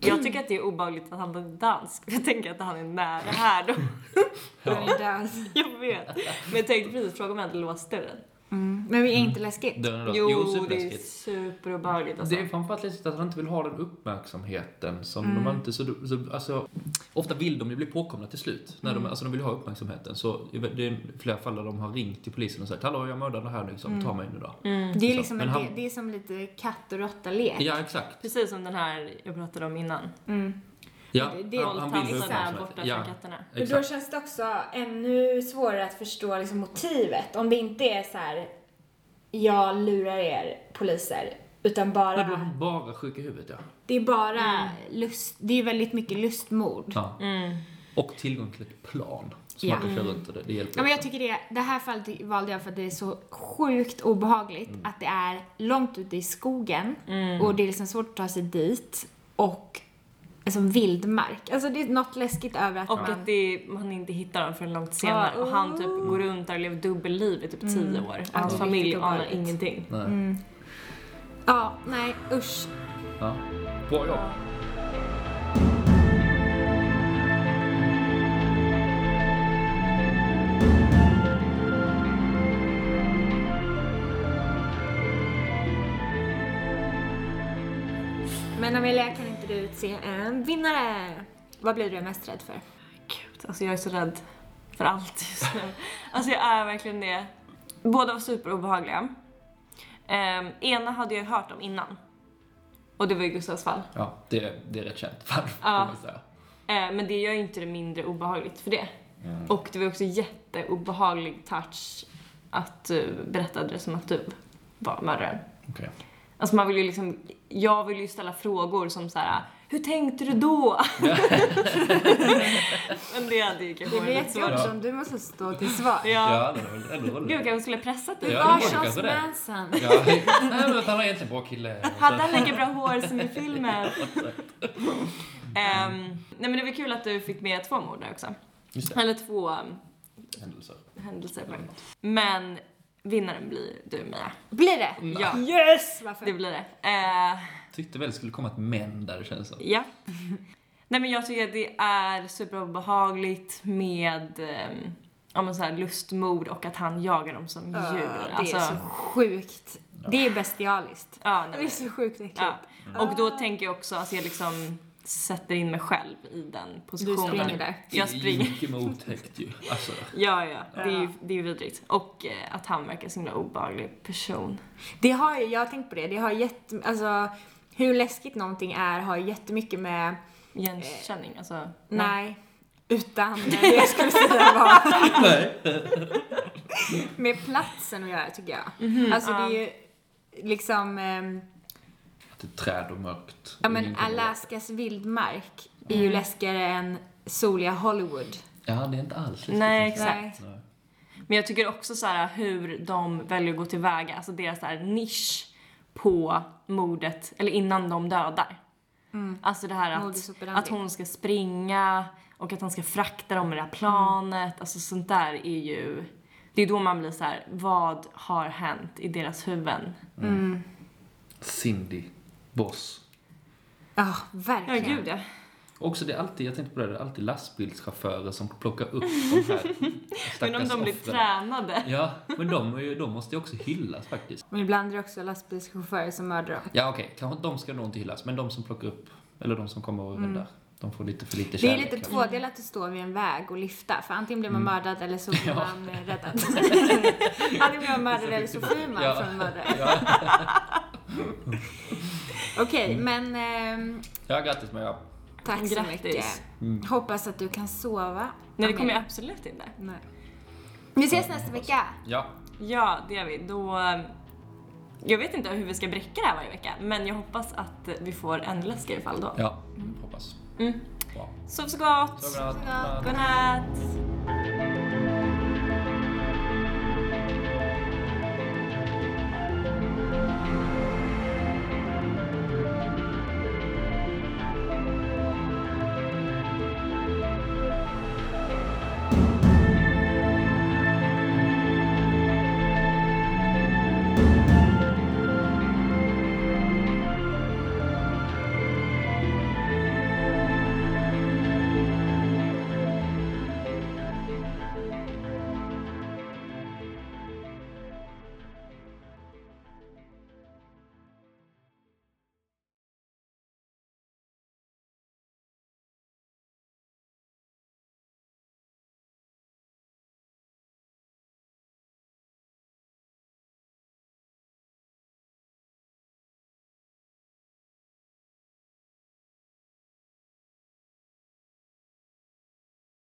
Speaker 2: Jag tycker att det är obehagligt att han är dansk. Jag tänker att han är nära här då.
Speaker 1: Han är död.
Speaker 2: Jag vet. Men jag tänkte precis fråga om jag hade låst dörren.
Speaker 1: Mm. Men vi är inte läskigt.
Speaker 5: Dörren är låst.
Speaker 2: Jo, det är
Speaker 5: superläskigt.
Speaker 2: superobehagligt alltså.
Speaker 5: Det är framförallt läskigt att han inte vill ha den uppmärksamheten som de
Speaker 1: Mm.
Speaker 5: inte så, så alltså, Ofta vill de ju bli påkomna till slut. När
Speaker 1: Mm.
Speaker 5: de, alltså, de vill ju ha uppmärksamheten. Så det är flera fall där de har ringt till polisen och sagt Hallå, jag mördade den här liksom.
Speaker 1: Mm.
Speaker 5: Ta mig nu då.
Speaker 1: Det är
Speaker 5: Så,
Speaker 1: liksom
Speaker 5: men
Speaker 1: en,
Speaker 5: han-
Speaker 1: det, det är som lite katt och råtta-lek.
Speaker 5: Ja, exakt.
Speaker 2: Precis som den här jag pratade om innan.
Speaker 5: Ja,
Speaker 1: Det- det är
Speaker 5: han, han vill ha
Speaker 2: Tansarna här borta
Speaker 5: uppmärksamheten. Ja,
Speaker 2: från katterna.
Speaker 1: Och då
Speaker 5: exakt.
Speaker 1: känns det också ännu svårare att förstå liksom motivet. Om det inte är så här, jag lurar er poliser. Utan
Speaker 5: Men då är
Speaker 1: bara,
Speaker 5: de bara sjuka i huvudet, ja.
Speaker 1: det är bara lust, det är väldigt mycket lustmord.
Speaker 5: ja. Och tillgång till ett plan. Som
Speaker 1: Mm. Ja.
Speaker 5: man kan köra runt och det, det hjälper.
Speaker 1: Ja, men jag
Speaker 5: också.
Speaker 1: tycker det, det här fallet valde jag för att det är så sjukt obehagligt
Speaker 2: Mm.
Speaker 1: att det är långt ute i skogen och det är liksom svårt att ta sig dit och alltså vildmark. Alltså det är något läskigt över att
Speaker 2: Och
Speaker 1: man...
Speaker 2: att det är, man inte hittar dem förrän långt senare. Och han typ går runt där och lever dubbelliv i typ 10 år. Och hans
Speaker 1: oh. Mm. det är
Speaker 2: familj
Speaker 1: riktigt
Speaker 2: anar
Speaker 1: obehagligt.
Speaker 2: ingenting.
Speaker 5: Nej.
Speaker 1: Mm. Ja, nej usch.
Speaker 5: Ja. Bra jobb.
Speaker 1: Men Amelia, kan inte du utse en vinnare? Vad blir du mest rädd för?
Speaker 2: Gud, alltså jag är så rädd för allt just nu. Alltså jag är verkligen det. Båda var superobehagliga. Um, ena hade jag hört om innan. Och det var ju Gustavs fall.
Speaker 5: Ja, det, det är rätt känt fall,
Speaker 2: Ja.
Speaker 5: kan man säga.
Speaker 2: Eh, men det gör ju inte det mindre obehagligt för det. Och det var också jätteobehaglig touch att du berättade det som att du var mördaren.
Speaker 5: Okej.
Speaker 2: Alltså man vill ju liksom, jag vill ju ställa frågor som så här: hur tänkte du då? men det hade ju kanske
Speaker 1: Det blir
Speaker 2: varit lite svårt.
Speaker 1: jättejobbigt
Speaker 5: Ja.
Speaker 1: om du måste stå till svar.
Speaker 2: Ja.
Speaker 5: Ja, det var väl ändå roligt.
Speaker 2: Gud, jag kanske skulle pressat dig.
Speaker 5: Ja, det
Speaker 1: Var
Speaker 5: borde
Speaker 1: Charles
Speaker 5: kanske det.
Speaker 1: Manson?
Speaker 5: Ja, nej men att han är egentligen en bra kille.
Speaker 2: Hade han lika bra hår som i filmen? Ehm, nej men det var kul att du fick med två mord där också.
Speaker 5: Just det,
Speaker 2: Eller två um,
Speaker 5: händelser.
Speaker 2: händelser. på en gång. Men vinnaren blir du Mia.
Speaker 1: Blir det? Yes!
Speaker 2: Ja, Mm. det
Speaker 1: Varför?
Speaker 2: blir det. Eh,
Speaker 5: Tyckte väl det skulle komma ett men där det kändes som.
Speaker 2: ja. Nej men jag tycker att det är superobehagligt med um, ja, men så här lustmord och att han jagar dem som
Speaker 1: Ja,
Speaker 2: djur.
Speaker 1: det är
Speaker 2: alltså,
Speaker 1: så sjukt. Det är bestialiskt.
Speaker 2: ja, nej,
Speaker 1: Det är
Speaker 2: men-
Speaker 1: så sjukt äckligt. Mm.
Speaker 2: Ja. Och då tänker jag också, alltså jag liksom sätter in mig själv i den
Speaker 1: Du
Speaker 2: positionen.
Speaker 1: springer där.
Speaker 2: Jag
Speaker 5: Det
Speaker 2: springer.
Speaker 5: är Mycket med otäckt ju. Alltså,
Speaker 2: Ja, ja. Det är ju, det är ju vidrigt. Och eh, att han verkar som en obehaglig person.
Speaker 1: Det har ju, jag har tänkt på det, det har jätte, alltså hur läskigt någonting är har jättemycket med,
Speaker 2: Igenkänning, alltså.
Speaker 1: nej, Utan det jag skulle säga var
Speaker 3: Nej.
Speaker 1: med platsen att göra tycker jag.
Speaker 2: Mhm.
Speaker 1: alltså det är ju liksom, ehm,
Speaker 3: Det är träd och mörkt.
Speaker 1: ja
Speaker 3: Och
Speaker 1: men
Speaker 3: ingen kommer
Speaker 1: Alaskas vildmark är
Speaker 2: Mm.
Speaker 1: ju läskigare än soliga Hollywood.
Speaker 3: åt. Ja, det är inte alls lika
Speaker 2: Nej,
Speaker 3: fint.
Speaker 2: exakt.
Speaker 1: Nej.
Speaker 3: Nej.
Speaker 2: Men jag tycker också så här hur de väljer att gå tillväga, alltså deras så här nisch på mordet, eller innan de dödar. Alltså det här
Speaker 1: Modus
Speaker 2: att,
Speaker 1: operandi.
Speaker 2: att hon ska springa och att han ska frakta dem med det här planet, alltså sånt där är ju, det är då man blir så här: vad har hänt i deras huvuden?
Speaker 3: Cindy. Boss.
Speaker 1: Ja,
Speaker 2: Ja
Speaker 1: verkligen.
Speaker 2: gud ja.
Speaker 3: Också det är alltid, jag tänkte på det, det är alltid lastbilschaufförer som plockar upp de här
Speaker 2: Men om
Speaker 3: stackars
Speaker 2: de blir
Speaker 3: offren.
Speaker 2: tränade.
Speaker 3: Ja, men de, är ju, de måste ju också hyllas faktiskt.
Speaker 1: Men ibland är det också lastbilschaufförer som mördar dem.
Speaker 3: Ja okej, kanske de ska nog inte hyllas, men de som plockar upp, eller de som kommer och räddar, de får lite för lite
Speaker 1: Mm. Det är
Speaker 3: kärlek. Mm.
Speaker 1: lite
Speaker 3: kanske.
Speaker 1: tvådelat att stå vid en väg och lyfta, för antingen blir man mördad eller så blir man eh, räddad. antingen blir man mördad eller så flyr man
Speaker 3: Ja.
Speaker 1: från mördaren. Okej,
Speaker 3: Mm.
Speaker 1: men ehm,
Speaker 3: Ja, grattis Maja.
Speaker 1: tack så
Speaker 2: Grattis.
Speaker 1: mycket.
Speaker 3: Mm.
Speaker 1: Hoppas att du kan sova.
Speaker 2: Nej det kommer
Speaker 1: Amelia.
Speaker 2: jag absolut inte.
Speaker 1: Nej. Vi ses nästa vecka.
Speaker 3: Ja,
Speaker 2: Ja, det gör vi. Då, eh, jag vet inte hur vi ska bräcka det här varje vecka, men jag hoppas att eh, vi får en läskigare fall då.
Speaker 3: ja, hoppas.
Speaker 2: Mm.
Speaker 3: Bra.
Speaker 2: Sov så gott!
Speaker 3: Så, godnatt.
Speaker 2: Godnatt!
Speaker 3: Godnatt.